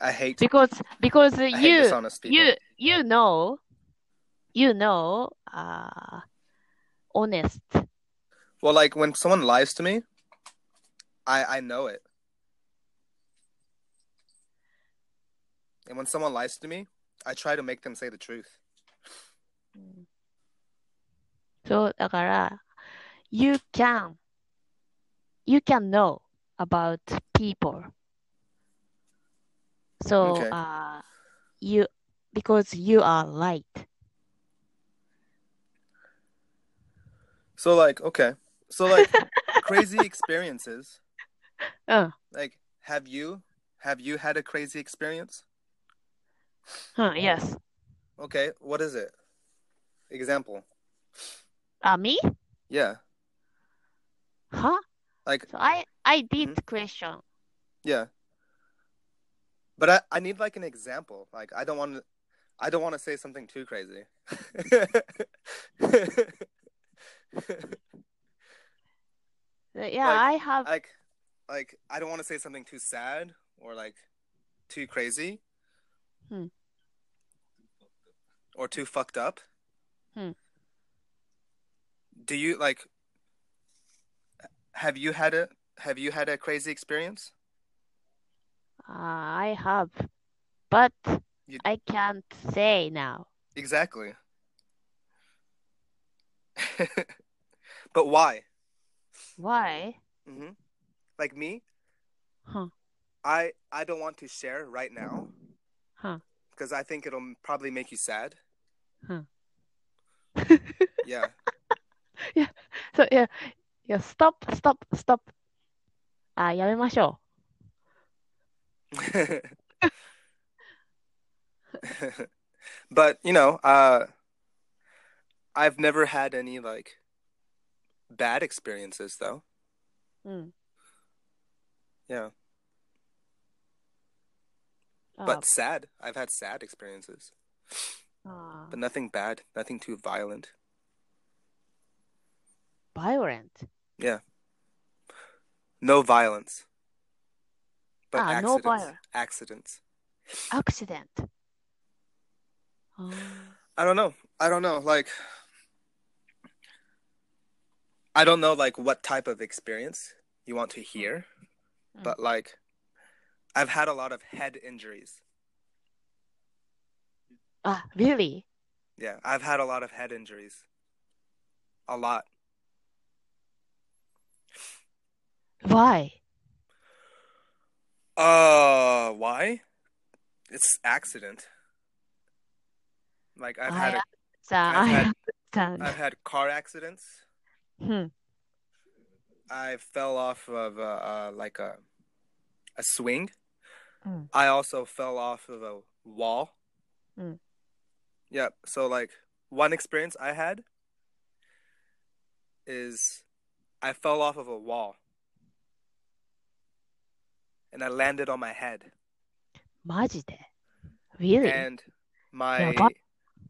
Speaker 2: I hate
Speaker 1: because because
Speaker 2: I hate
Speaker 1: you
Speaker 2: dishonest people.
Speaker 1: you you know you know uh honest
Speaker 2: Well, like when someone lies to me, I I know it. And when someone lies to me, I try to make them say the truth.
Speaker 1: そうだから you can you can know about people so
Speaker 2: Okay.
Speaker 1: あ you because you are light.
Speaker 2: So like okay, so
Speaker 1: <laughs>
Speaker 2: like crazy experiences.
Speaker 1: Uh.
Speaker 2: Like have you have you had a crazy experience?
Speaker 1: Huh, yes.
Speaker 2: Okay, what is it? Example.
Speaker 1: Uh, me?
Speaker 2: Yeah.
Speaker 1: Huh?
Speaker 2: Like
Speaker 1: So I I did
Speaker 2: Mm-hmm.
Speaker 1: question.
Speaker 2: yeah. But I I need like an example. Like I don't want to I don't want to say something too crazy. <laughs>
Speaker 1: Uh, Yeah,
Speaker 2: Like,
Speaker 1: I have.
Speaker 2: like like I don't want to say something too sad or like too crazy.
Speaker 1: Hmm.
Speaker 2: Or too fucked up.
Speaker 1: Hmm.
Speaker 2: Do you like have you had a have you had a crazy experience?
Speaker 1: Uh, I have, but
Speaker 2: You-
Speaker 1: I can't say now.
Speaker 2: Exactly. <laughs> but why?
Speaker 1: Why?
Speaker 2: hmm Like me,
Speaker 1: Huh?
Speaker 2: I I don't want to share right now
Speaker 1: Huh?
Speaker 2: because I think it'll probably make you sad.
Speaker 1: Huh.
Speaker 2: <laughs> yeah. <laughs>
Speaker 1: So yeah, yeah. Stop! Stop! Stop! あ、やめましょ
Speaker 2: but you know, uh, I've never had any like bad experiences though.
Speaker 1: う。うん。
Speaker 2: Yeah,
Speaker 1: あ
Speaker 2: but sad. I've had sad experiences,
Speaker 1: あ
Speaker 2: but nothing bad, nothing too violent.
Speaker 1: violent.
Speaker 2: No violence, but
Speaker 1: Ah, no
Speaker 2: accidents.
Speaker 1: violence.
Speaker 2: Accidents.
Speaker 1: accident. あー
Speaker 2: I don't know. I don't know. Like, I don't know like what type of experience you want to hear,
Speaker 1: Mm.
Speaker 2: but like, I've had a lot of head injuries.
Speaker 1: あ、really?
Speaker 2: Yeah, I've had a lot of head injuries. A lot.
Speaker 1: Why?
Speaker 2: Uh, why? It's accident. Like I've
Speaker 1: I
Speaker 2: had, a, I've
Speaker 1: understand.
Speaker 2: had,
Speaker 1: I understand.
Speaker 2: I've had car accidents.
Speaker 1: Hmm.
Speaker 2: I fell off of uh, uh like a, a swing.
Speaker 1: Mm.
Speaker 2: I also fell off of a wall.
Speaker 1: Mm.
Speaker 2: Yeah. So like one experience I had is I fell off of a wall and I landed on my head.
Speaker 1: マジで Really?
Speaker 2: and my
Speaker 1: but-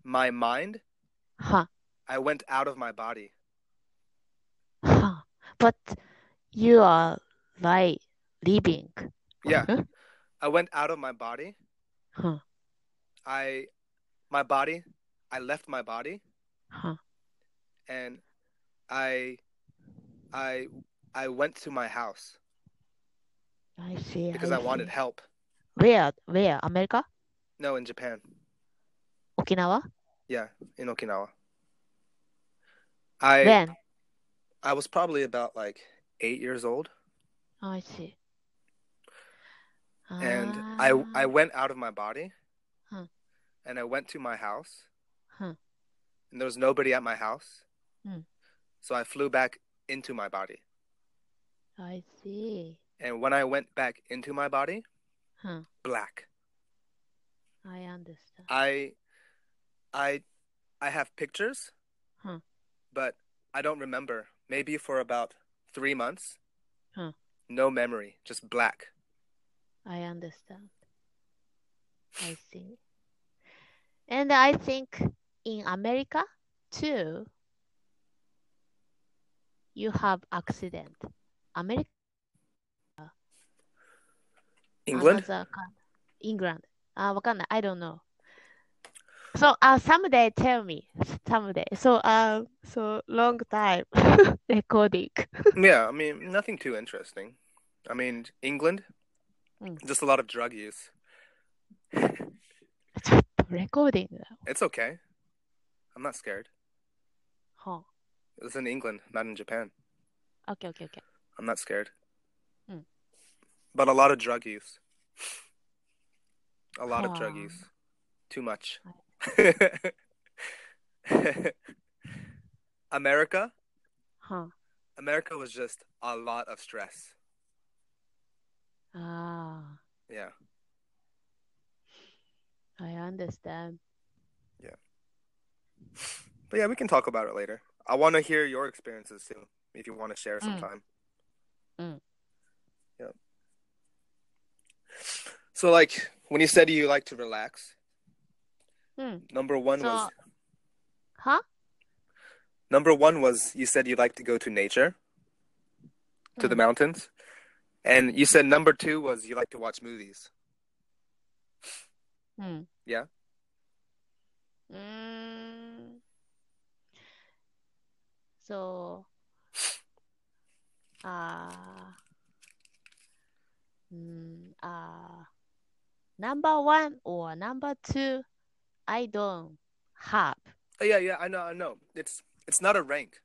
Speaker 2: my mind
Speaker 1: は、
Speaker 2: i went out of my body
Speaker 1: は。But you are like living.
Speaker 2: yeah i went out of my body
Speaker 1: は、
Speaker 2: i my body i left my body
Speaker 1: は。
Speaker 2: and i i i went to my house
Speaker 1: I see.
Speaker 2: because i wanted help
Speaker 1: Where? Where? アメリカ
Speaker 2: no in japan
Speaker 1: 沖縄
Speaker 2: yeah in okinawa i
Speaker 1: When?
Speaker 2: i was probably about like 8 years old
Speaker 1: Oh, I see. Ah,
Speaker 2: and i i went out of my body
Speaker 1: Huh.
Speaker 2: and i went to my house
Speaker 1: は、
Speaker 2: and there was nobody at my house.
Speaker 1: Mm.
Speaker 2: So I flew back into my body.
Speaker 1: I see.
Speaker 2: And when I went back into my body,
Speaker 1: は、
Speaker 2: black.
Speaker 1: I understand.
Speaker 2: I I I have pictures,
Speaker 1: Huh.
Speaker 2: but I don't remember. Maybe for about 3 months.
Speaker 1: Huh.
Speaker 2: No memory, just black.
Speaker 1: I understand. I see. And I think in America too, you have accident. America,
Speaker 2: England?
Speaker 1: another coun- England. Uh, わかんない。I don't know. So, uh, someday tell me. Someday. So, uh, so long time <laughs> recording.
Speaker 2: yeah, I mean nothing too interesting. I mean England?
Speaker 1: Mm.
Speaker 2: Just a lot of drug use.
Speaker 1: ちょっとレコーディングだ。
Speaker 2: It's okay. I'm not scared.
Speaker 1: は
Speaker 2: It was in England, not in Japan.
Speaker 1: あ。OK, OK, OK.
Speaker 2: I'm not scared.
Speaker 1: Mm.
Speaker 2: But a lot of drug use. A lot of drug
Speaker 1: Ah.
Speaker 2: use. Too much. <laughs> America,
Speaker 1: は
Speaker 2: America was just a lot of stress.
Speaker 1: あ。あ
Speaker 2: Yeah.
Speaker 1: あ。I understand.
Speaker 2: But yeah, we can talk about it later. I want to hear your experiences too, if you want to share
Speaker 1: Mm.
Speaker 2: sometime.
Speaker 1: Mm.
Speaker 2: Yep. So, like, when you said you like to relax,
Speaker 1: Mm.
Speaker 2: number one
Speaker 1: So-
Speaker 2: was
Speaker 1: は
Speaker 2: number one was you said you like to go to nature, to the
Speaker 1: Mm.
Speaker 2: mountains, and you said number two was you like to watch movies.
Speaker 1: うん。
Speaker 2: Yeah.
Speaker 1: うーん。そう。あー。うーん、あー。Number one or number two, I don't have
Speaker 2: Oh, yeah, yeah, I know, I know. It's it's not a rank.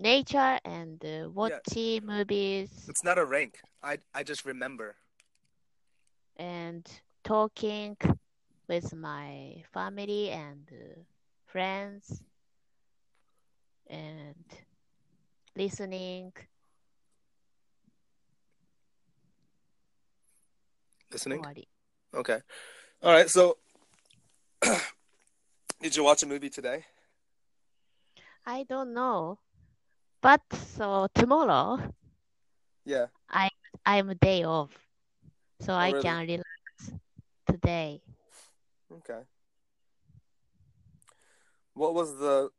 Speaker 1: nature and uh, watching movies
Speaker 2: It's not a rank. I I just remember.
Speaker 1: and talking with my family and uh, friends and listening.
Speaker 2: Listening.
Speaker 1: 終わり。
Speaker 2: Okay. All right. So, <clears throat> did you watch a movie today?
Speaker 1: I don't know. But so tomorrow
Speaker 2: Yeah.
Speaker 1: I'm day off. So I
Speaker 2: Oh, really?
Speaker 1: can relax today.
Speaker 2: Okay. What was the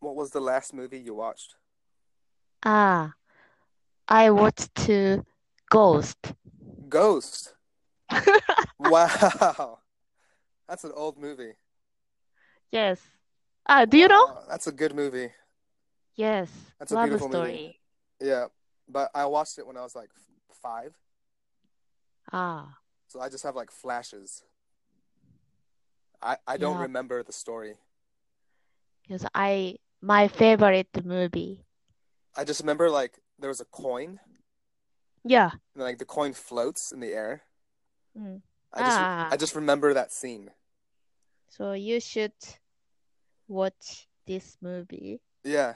Speaker 2: What was the last movie you watched?
Speaker 1: Ah, I watched uh, Ghost. <laughs>
Speaker 2: Ghost. wow, <laughs> that's an old movie.
Speaker 1: Yes. Ah, do you know?
Speaker 2: Wow, Uh, that's a good movie.
Speaker 1: Yes.
Speaker 2: That's a
Speaker 1: Love
Speaker 2: beautiful movie.
Speaker 1: story.
Speaker 2: Yeah, but I watched it when I was like f- five,
Speaker 1: Ah,
Speaker 2: so I just have like flashes. I I don't
Speaker 1: Yeah.
Speaker 2: remember the story.
Speaker 1: yes, I my favorite movie.
Speaker 2: I just remember like there was a coin,
Speaker 1: Yeah.
Speaker 2: and like the coin floats in the air.
Speaker 1: Mm.
Speaker 2: I just
Speaker 1: Ah.
Speaker 2: I just remember that scene.
Speaker 1: So you should watch this movie
Speaker 2: Yeah.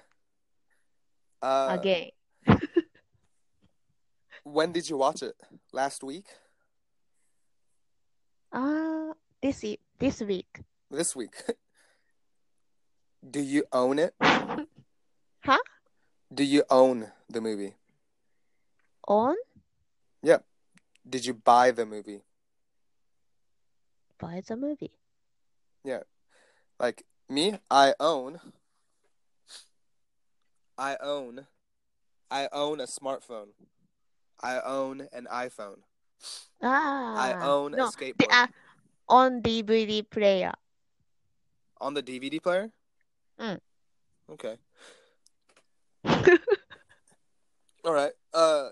Speaker 2: Uh,
Speaker 1: again.
Speaker 2: When did you watch it? Last week?
Speaker 1: Ah, this e this week. <laughs>
Speaker 2: This week? <laughs> Do you own it?
Speaker 1: Huh?
Speaker 2: Do you own the movie?
Speaker 1: On
Speaker 2: Did you buy the movie?
Speaker 1: by the movie.
Speaker 2: Like me, I own. I own. I own a smartphone. I own an iPhone. I
Speaker 1: Ah,
Speaker 2: own
Speaker 1: no,
Speaker 2: a skateboard.
Speaker 1: the- ah, on DVD <laughs> player.
Speaker 2: On the DVD player?
Speaker 1: Mm.
Speaker 2: Okay. All right. Uh,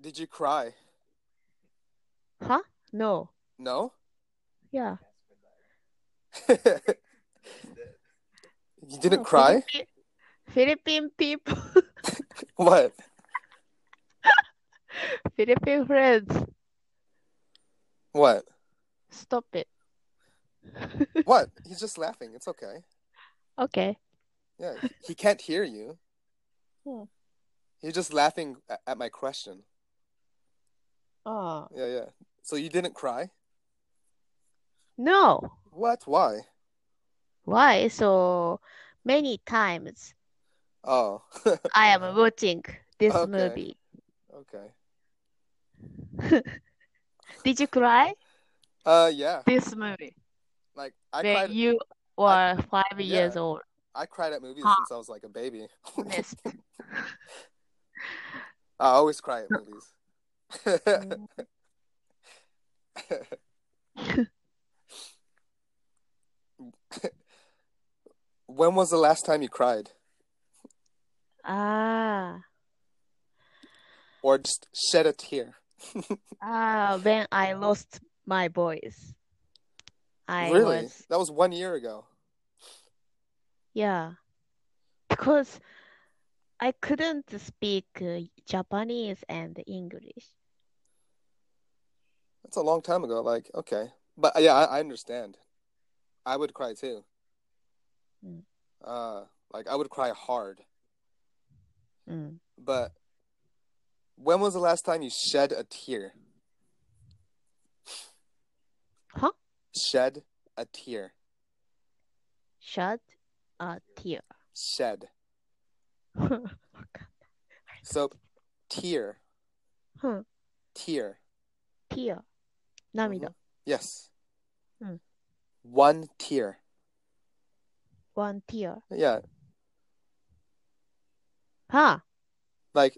Speaker 2: did you cry?
Speaker 1: Huh? No.
Speaker 2: No. <laughs>
Speaker 1: Yeah.
Speaker 2: you didn't
Speaker 1: No,
Speaker 2: cry?
Speaker 1: Philippi- Philippine people,
Speaker 2: <laughs>
Speaker 1: <laughs>
Speaker 2: What?
Speaker 1: Philippine friends.
Speaker 2: What?
Speaker 1: Stop it.
Speaker 2: What? He's just laughing. It's okay.
Speaker 1: Okay.
Speaker 2: Yeah, he- he can't hear you.
Speaker 1: Yeah.
Speaker 2: He's just laughing a- at my question.
Speaker 1: Ah,
Speaker 2: Yeah, yeah. So you didn't cry?
Speaker 1: no.
Speaker 2: What? Why?
Speaker 1: Why? So many times
Speaker 2: Oh, <laughs>
Speaker 1: I am watching this
Speaker 2: Okay.
Speaker 1: movie.
Speaker 2: okay.
Speaker 1: Did you cry?
Speaker 2: Uh, yeah.
Speaker 1: This movie.
Speaker 2: Like I
Speaker 1: when
Speaker 2: cried.
Speaker 1: you were five years
Speaker 2: Yeah.
Speaker 1: old.
Speaker 2: I cried at movies
Speaker 1: Huh.
Speaker 2: since I was like a baby.
Speaker 1: Yes.
Speaker 2: <laughs> I always cry at movies.
Speaker 1: Mm.
Speaker 2: <laughs> when was the last time you cried,
Speaker 1: ah,
Speaker 2: or just shed a tear?
Speaker 1: ah, when I lost my voice, I
Speaker 2: really?
Speaker 1: was
Speaker 2: That was one year ago.
Speaker 1: yeah, because I couldn't speak uh, Japanese and English.
Speaker 2: That's a long time ago. Like, okay, But uh, yeah, I, I understand. I would cry too.
Speaker 1: Mm.
Speaker 2: Uh, like I would cry hard.
Speaker 1: うん。
Speaker 2: But when was the last time you shed a tear?
Speaker 1: Huh?
Speaker 2: Shed a tear.
Speaker 1: shed a tear. <laughs>
Speaker 2: Shed. So, tear.
Speaker 1: Huh.
Speaker 2: Tear.
Speaker 1: tear. 涙。
Speaker 2: Mhm. Yes.
Speaker 1: Mm.
Speaker 2: One tear.
Speaker 1: one tear.
Speaker 2: Yeah.
Speaker 1: Huh.
Speaker 2: Like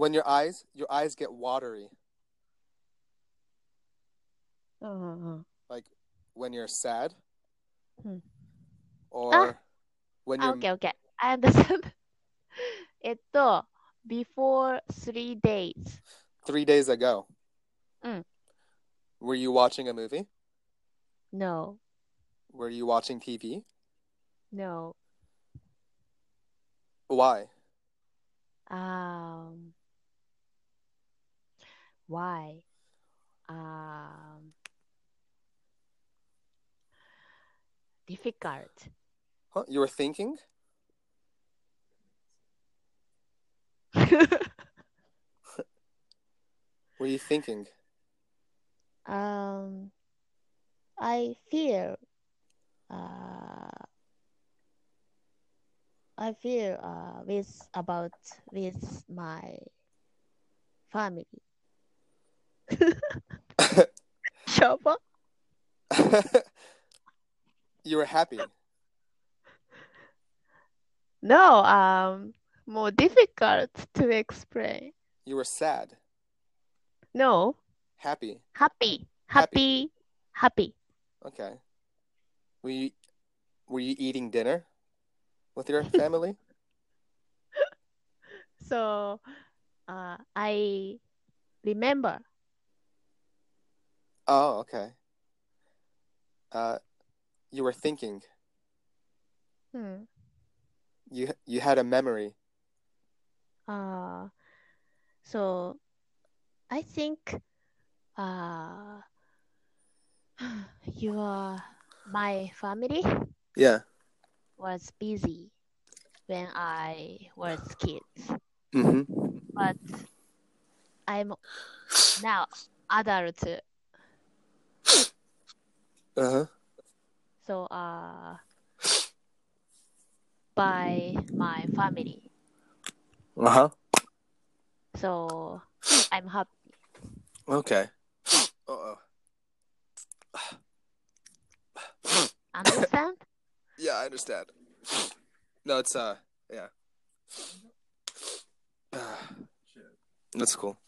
Speaker 2: when your eyes, your eyes get watery.
Speaker 1: Uh,
Speaker 2: Like when you're sad,
Speaker 1: Hmm.
Speaker 2: or
Speaker 1: Ah.
Speaker 2: when you're
Speaker 1: okay, okay. I understand. <laughs> えっと、before three days.
Speaker 2: three days ago.
Speaker 1: Mm.
Speaker 2: Were you watching a movie?
Speaker 1: No,
Speaker 2: Were you watching TV?
Speaker 1: no.
Speaker 2: Why?
Speaker 1: Um, why? Um, difficult. <laughs>
Speaker 2: Huh? You were thinking. Were you thinking? <laughs>
Speaker 1: um, I feel, uh, I feel uh, with about with my <laughs> family. やば
Speaker 2: you were happy.
Speaker 1: No, um, more difficult to explain.
Speaker 2: You were sad.
Speaker 1: No,
Speaker 2: Happy.
Speaker 1: happy, happy, happy.
Speaker 2: Okay. Were you were you eating dinner with your family?
Speaker 1: So, uh, I remember.
Speaker 2: oh, okay. Uh, you were thinking.
Speaker 1: Hmm.
Speaker 2: You you had a memory.
Speaker 1: Uh, so I think uh <sighs> you are my family
Speaker 2: Yeah.
Speaker 1: was busy when I was kids,
Speaker 2: Mm-hmm.
Speaker 1: but I'm now adult,
Speaker 2: Uh huh.
Speaker 1: so uh by my family,
Speaker 2: Uh huh.
Speaker 1: so I'm happy.
Speaker 2: Okay. <gasps> Uh oh.
Speaker 1: Understand?
Speaker 2: Yeah, I understand. No, it's uh, yeah. <sighs> That's cool.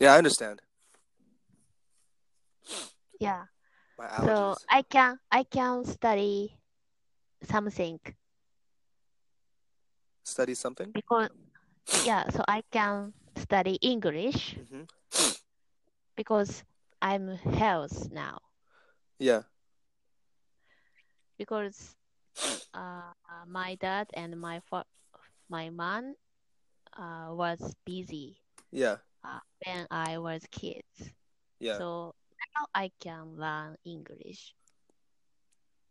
Speaker 2: Yeah, I understand.
Speaker 1: Yeah.
Speaker 2: My
Speaker 1: So I can I can study something
Speaker 2: Study something.
Speaker 1: because yeah, so I can study English
Speaker 2: Mm-hmm.
Speaker 1: because I'm health now
Speaker 2: Yeah.
Speaker 1: because uh, my dad and my fa- my mom uh, was busy
Speaker 2: Yeah.
Speaker 1: when I was kids.
Speaker 2: Yeah.
Speaker 1: So now I can learn English.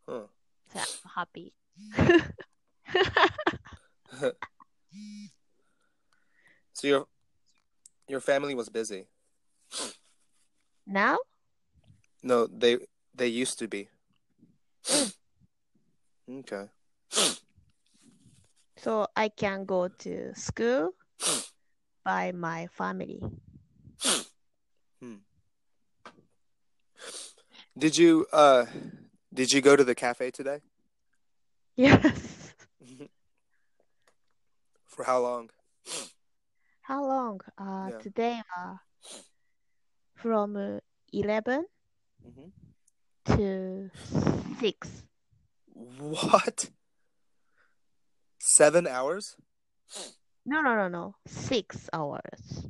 Speaker 2: Huh.
Speaker 1: So I'm happy. <laughs>
Speaker 2: So your your family was busy.
Speaker 1: Now?
Speaker 2: No, they they used to be. okay.
Speaker 1: So I can go to school by my family.
Speaker 2: Did you uh did you go to the cafe today? <laughs>
Speaker 1: Yes.
Speaker 2: For how long?
Speaker 1: How long? Uh,
Speaker 2: Yeah.
Speaker 1: today uh, from uh, 11
Speaker 2: Mm-hmm.
Speaker 1: to 6.
Speaker 2: What? Seven hours?
Speaker 1: No, no, no, no. 6 hours.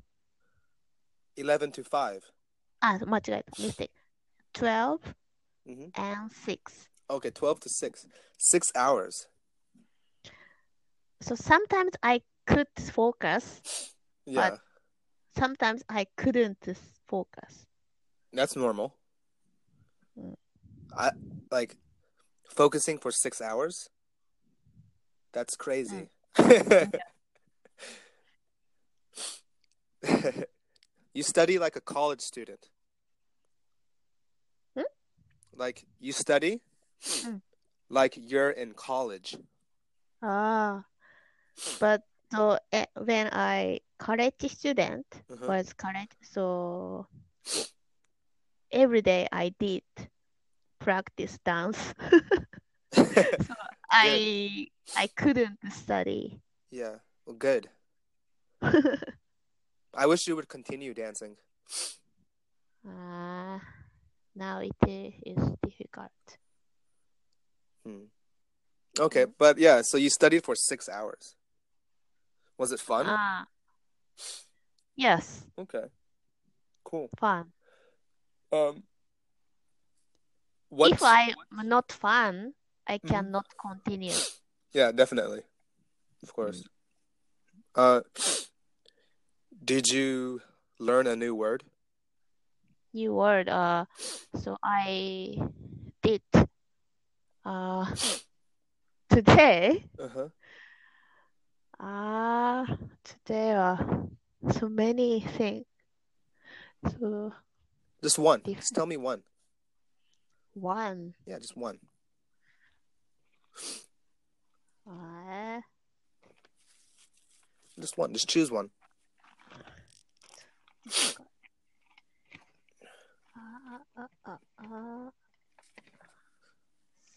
Speaker 2: Eleven to five.
Speaker 1: Ah, 間違えた。mistake. 12
Speaker 2: Mhm.
Speaker 1: and 6.
Speaker 2: Okay, twelve to six. Six hours.
Speaker 1: So sometimes I could focus,
Speaker 2: Yeah,
Speaker 1: But- sometimes I couldn't focus.
Speaker 2: that's normal.
Speaker 1: Mm.
Speaker 2: I like focusing for six hours. That's crazy.
Speaker 1: Mm.
Speaker 2: <laughs> you study like a college student.
Speaker 1: Hmm?
Speaker 2: Like you study
Speaker 1: Mm.
Speaker 2: like you're in college.
Speaker 1: Ah, but so eh, when I college student
Speaker 2: Uh-huh.
Speaker 1: was college, so every day I did practice dance. <laughs> I I couldn't study. <laughs>
Speaker 2: yeah. Well, good. I wish you would continue dancing.
Speaker 1: Ah, now it is difficult.
Speaker 2: Okay,
Speaker 1: Mhm.
Speaker 2: but yeah, so you studied for six hours. Was it fun?
Speaker 1: Ah, yes,
Speaker 2: okay, cool.
Speaker 1: fun.
Speaker 2: Um, what?
Speaker 1: If I'm not fun, I
Speaker 2: Mhm.
Speaker 1: cannot continue.
Speaker 2: Yeah, definitely, of course. Uh, did you learn a new word?
Speaker 1: New word. Uh, so I did. Uh, today.
Speaker 2: Uh huh.
Speaker 1: Ah, today are so many things. So
Speaker 2: Just one.
Speaker 1: Different.
Speaker 2: Just tell me one.
Speaker 1: one.
Speaker 2: Yeah, just one.
Speaker 1: Uh,
Speaker 2: Just one. Just choose one.
Speaker 1: uh, uh, uh,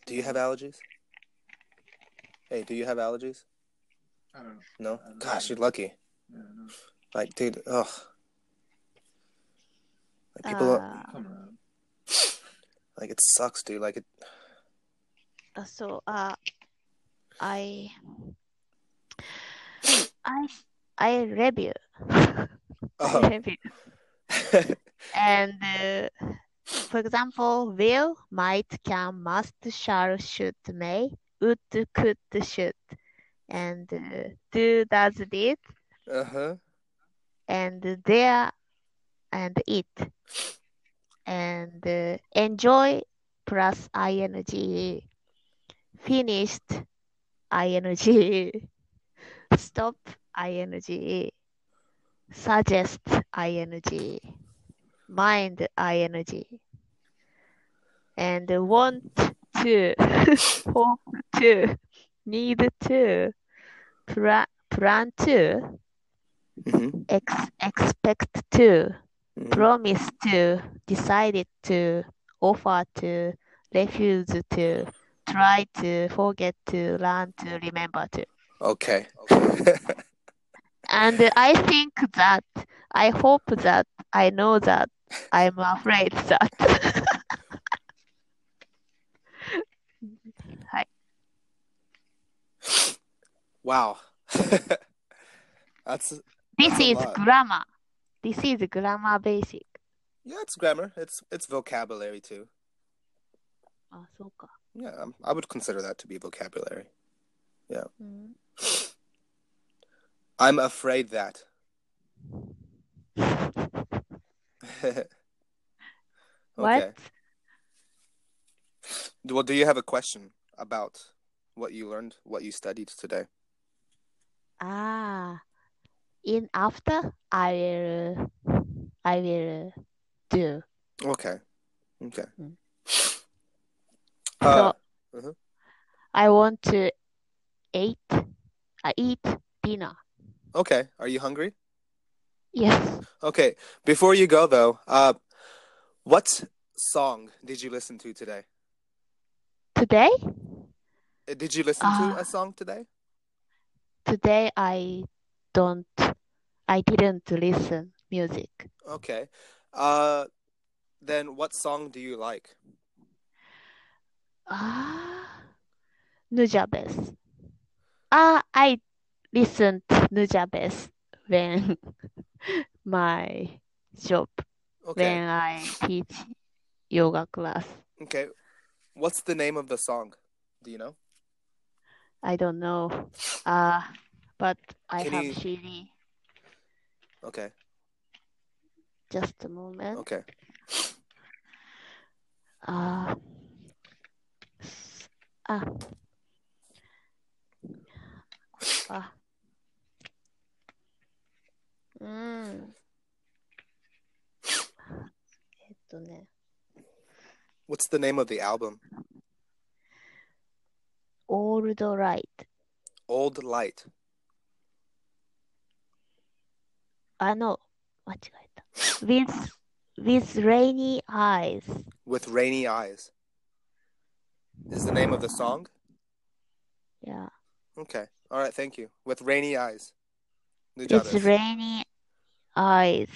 Speaker 2: Do you have allergies? Hey, do you have allergies?
Speaker 3: I don't know.
Speaker 2: No.
Speaker 3: I don't
Speaker 2: Gosh,
Speaker 3: know.
Speaker 2: you're lucky.
Speaker 3: Yeah, I know.
Speaker 2: Like, dude, ugh. Like, people, don't-
Speaker 1: uh,
Speaker 3: Come around.
Speaker 2: like, it sucks, dude. Like,
Speaker 1: <laughs>
Speaker 2: it.
Speaker 1: Uh, so uh
Speaker 2: <gasps>
Speaker 1: i i i review <laughs>
Speaker 2: Oh. <laughs>
Speaker 1: review and uh, for example will might can must shall should may would could should and uh, do does did
Speaker 2: Uh huh.
Speaker 1: and there and it and uh, enjoy plus ing finished ing <laughs> stop ing suggest ing mind ing and want to <laughs> hope to need to pra- plan to
Speaker 2: Mm-hmm.
Speaker 1: ex- expect to
Speaker 2: Mm.
Speaker 1: promise to, decided to, offer to, refuse to, try to, forget to, learn to, remember to.
Speaker 2: Okay. <laughs>
Speaker 1: And I think that, I hope that, I know that, I'm afraid <laughs> that.
Speaker 2: wow. <laughs> That's
Speaker 1: This
Speaker 2: That's a
Speaker 1: is
Speaker 2: lot.
Speaker 1: grammar. This is grammar basic.
Speaker 2: yeah. It's grammar. It's it's vocabulary too.
Speaker 1: あ、そうか。
Speaker 2: Yeah, I'm, I would consider that to be vocabulary.
Speaker 1: うん
Speaker 2: I'm afraid that. <laughs> okay.
Speaker 1: <laughs> What?
Speaker 2: Well, do you have a question about what you learned, what you studied today?
Speaker 1: Ah, in after I will, I will do.
Speaker 2: Okay. Okay.
Speaker 1: Mm.
Speaker 2: Uh,
Speaker 1: so
Speaker 2: mhm.
Speaker 1: I want to eat. I eat dinner.
Speaker 2: okay. Are you hungry?
Speaker 1: Yes.
Speaker 2: Okay, before you go though, uh, what song did you listen to today?
Speaker 1: Today,
Speaker 2: Uh, Did you listen to
Speaker 1: Ah.
Speaker 2: a song today?
Speaker 1: today I don't. I didn't listen music.
Speaker 2: Okay. Uh, then what song do you like?
Speaker 1: Ah, Nujabes. Ah, I listened Nujabes when <laughs> my job
Speaker 2: Okay.
Speaker 1: when I teach yoga class.
Speaker 2: Okay. What's the name of the song? Do you know?
Speaker 1: I don't know. Uh, but I
Speaker 2: Can
Speaker 1: have
Speaker 2: you-
Speaker 1: CD.
Speaker 2: Okay.
Speaker 1: Just a moment.
Speaker 2: Okay.
Speaker 1: uh, s- ah, ah, mm. Eh, えっとね、
Speaker 2: What's the name of the album?
Speaker 1: Old Light。
Speaker 2: Old Light.
Speaker 1: あの、間違えた。With, with rainy eyes.
Speaker 2: with rainy eyes. Is the name of the song?
Speaker 1: Yeah.
Speaker 2: Okay. All right. Thank you. With rainy eyes. Good job,
Speaker 1: It's
Speaker 2: Ash.
Speaker 1: rainy eyes.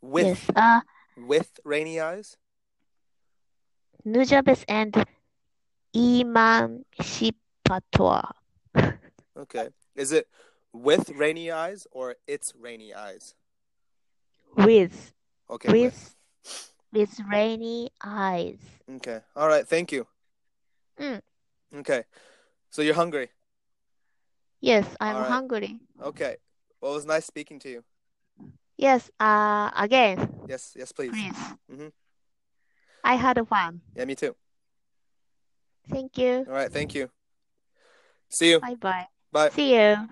Speaker 2: with
Speaker 1: Yes. Uh,
Speaker 2: with rainy eyes.
Speaker 1: Nujabes and Iman Shipatwa.
Speaker 2: Okay. Is it with rainy eyes or it's rainy eyes?
Speaker 1: With,
Speaker 2: Okay.
Speaker 1: with, with rainy eyes.
Speaker 2: with. Okay. All right. Thank you.
Speaker 1: Mm.
Speaker 2: Okay. So you're hungry.
Speaker 1: Yes, I'm
Speaker 2: Alright.
Speaker 1: hungry.
Speaker 2: Okay. Well, it was nice speaking to you.
Speaker 1: Yes, uh, again,
Speaker 2: Yes. Yes, please.
Speaker 1: please.
Speaker 2: Mhm.
Speaker 1: I had fun.
Speaker 2: Yeah, me too.
Speaker 1: Thank you.
Speaker 2: All right. Thank you. See you.
Speaker 1: Bye bye.
Speaker 2: Bye.
Speaker 1: See you.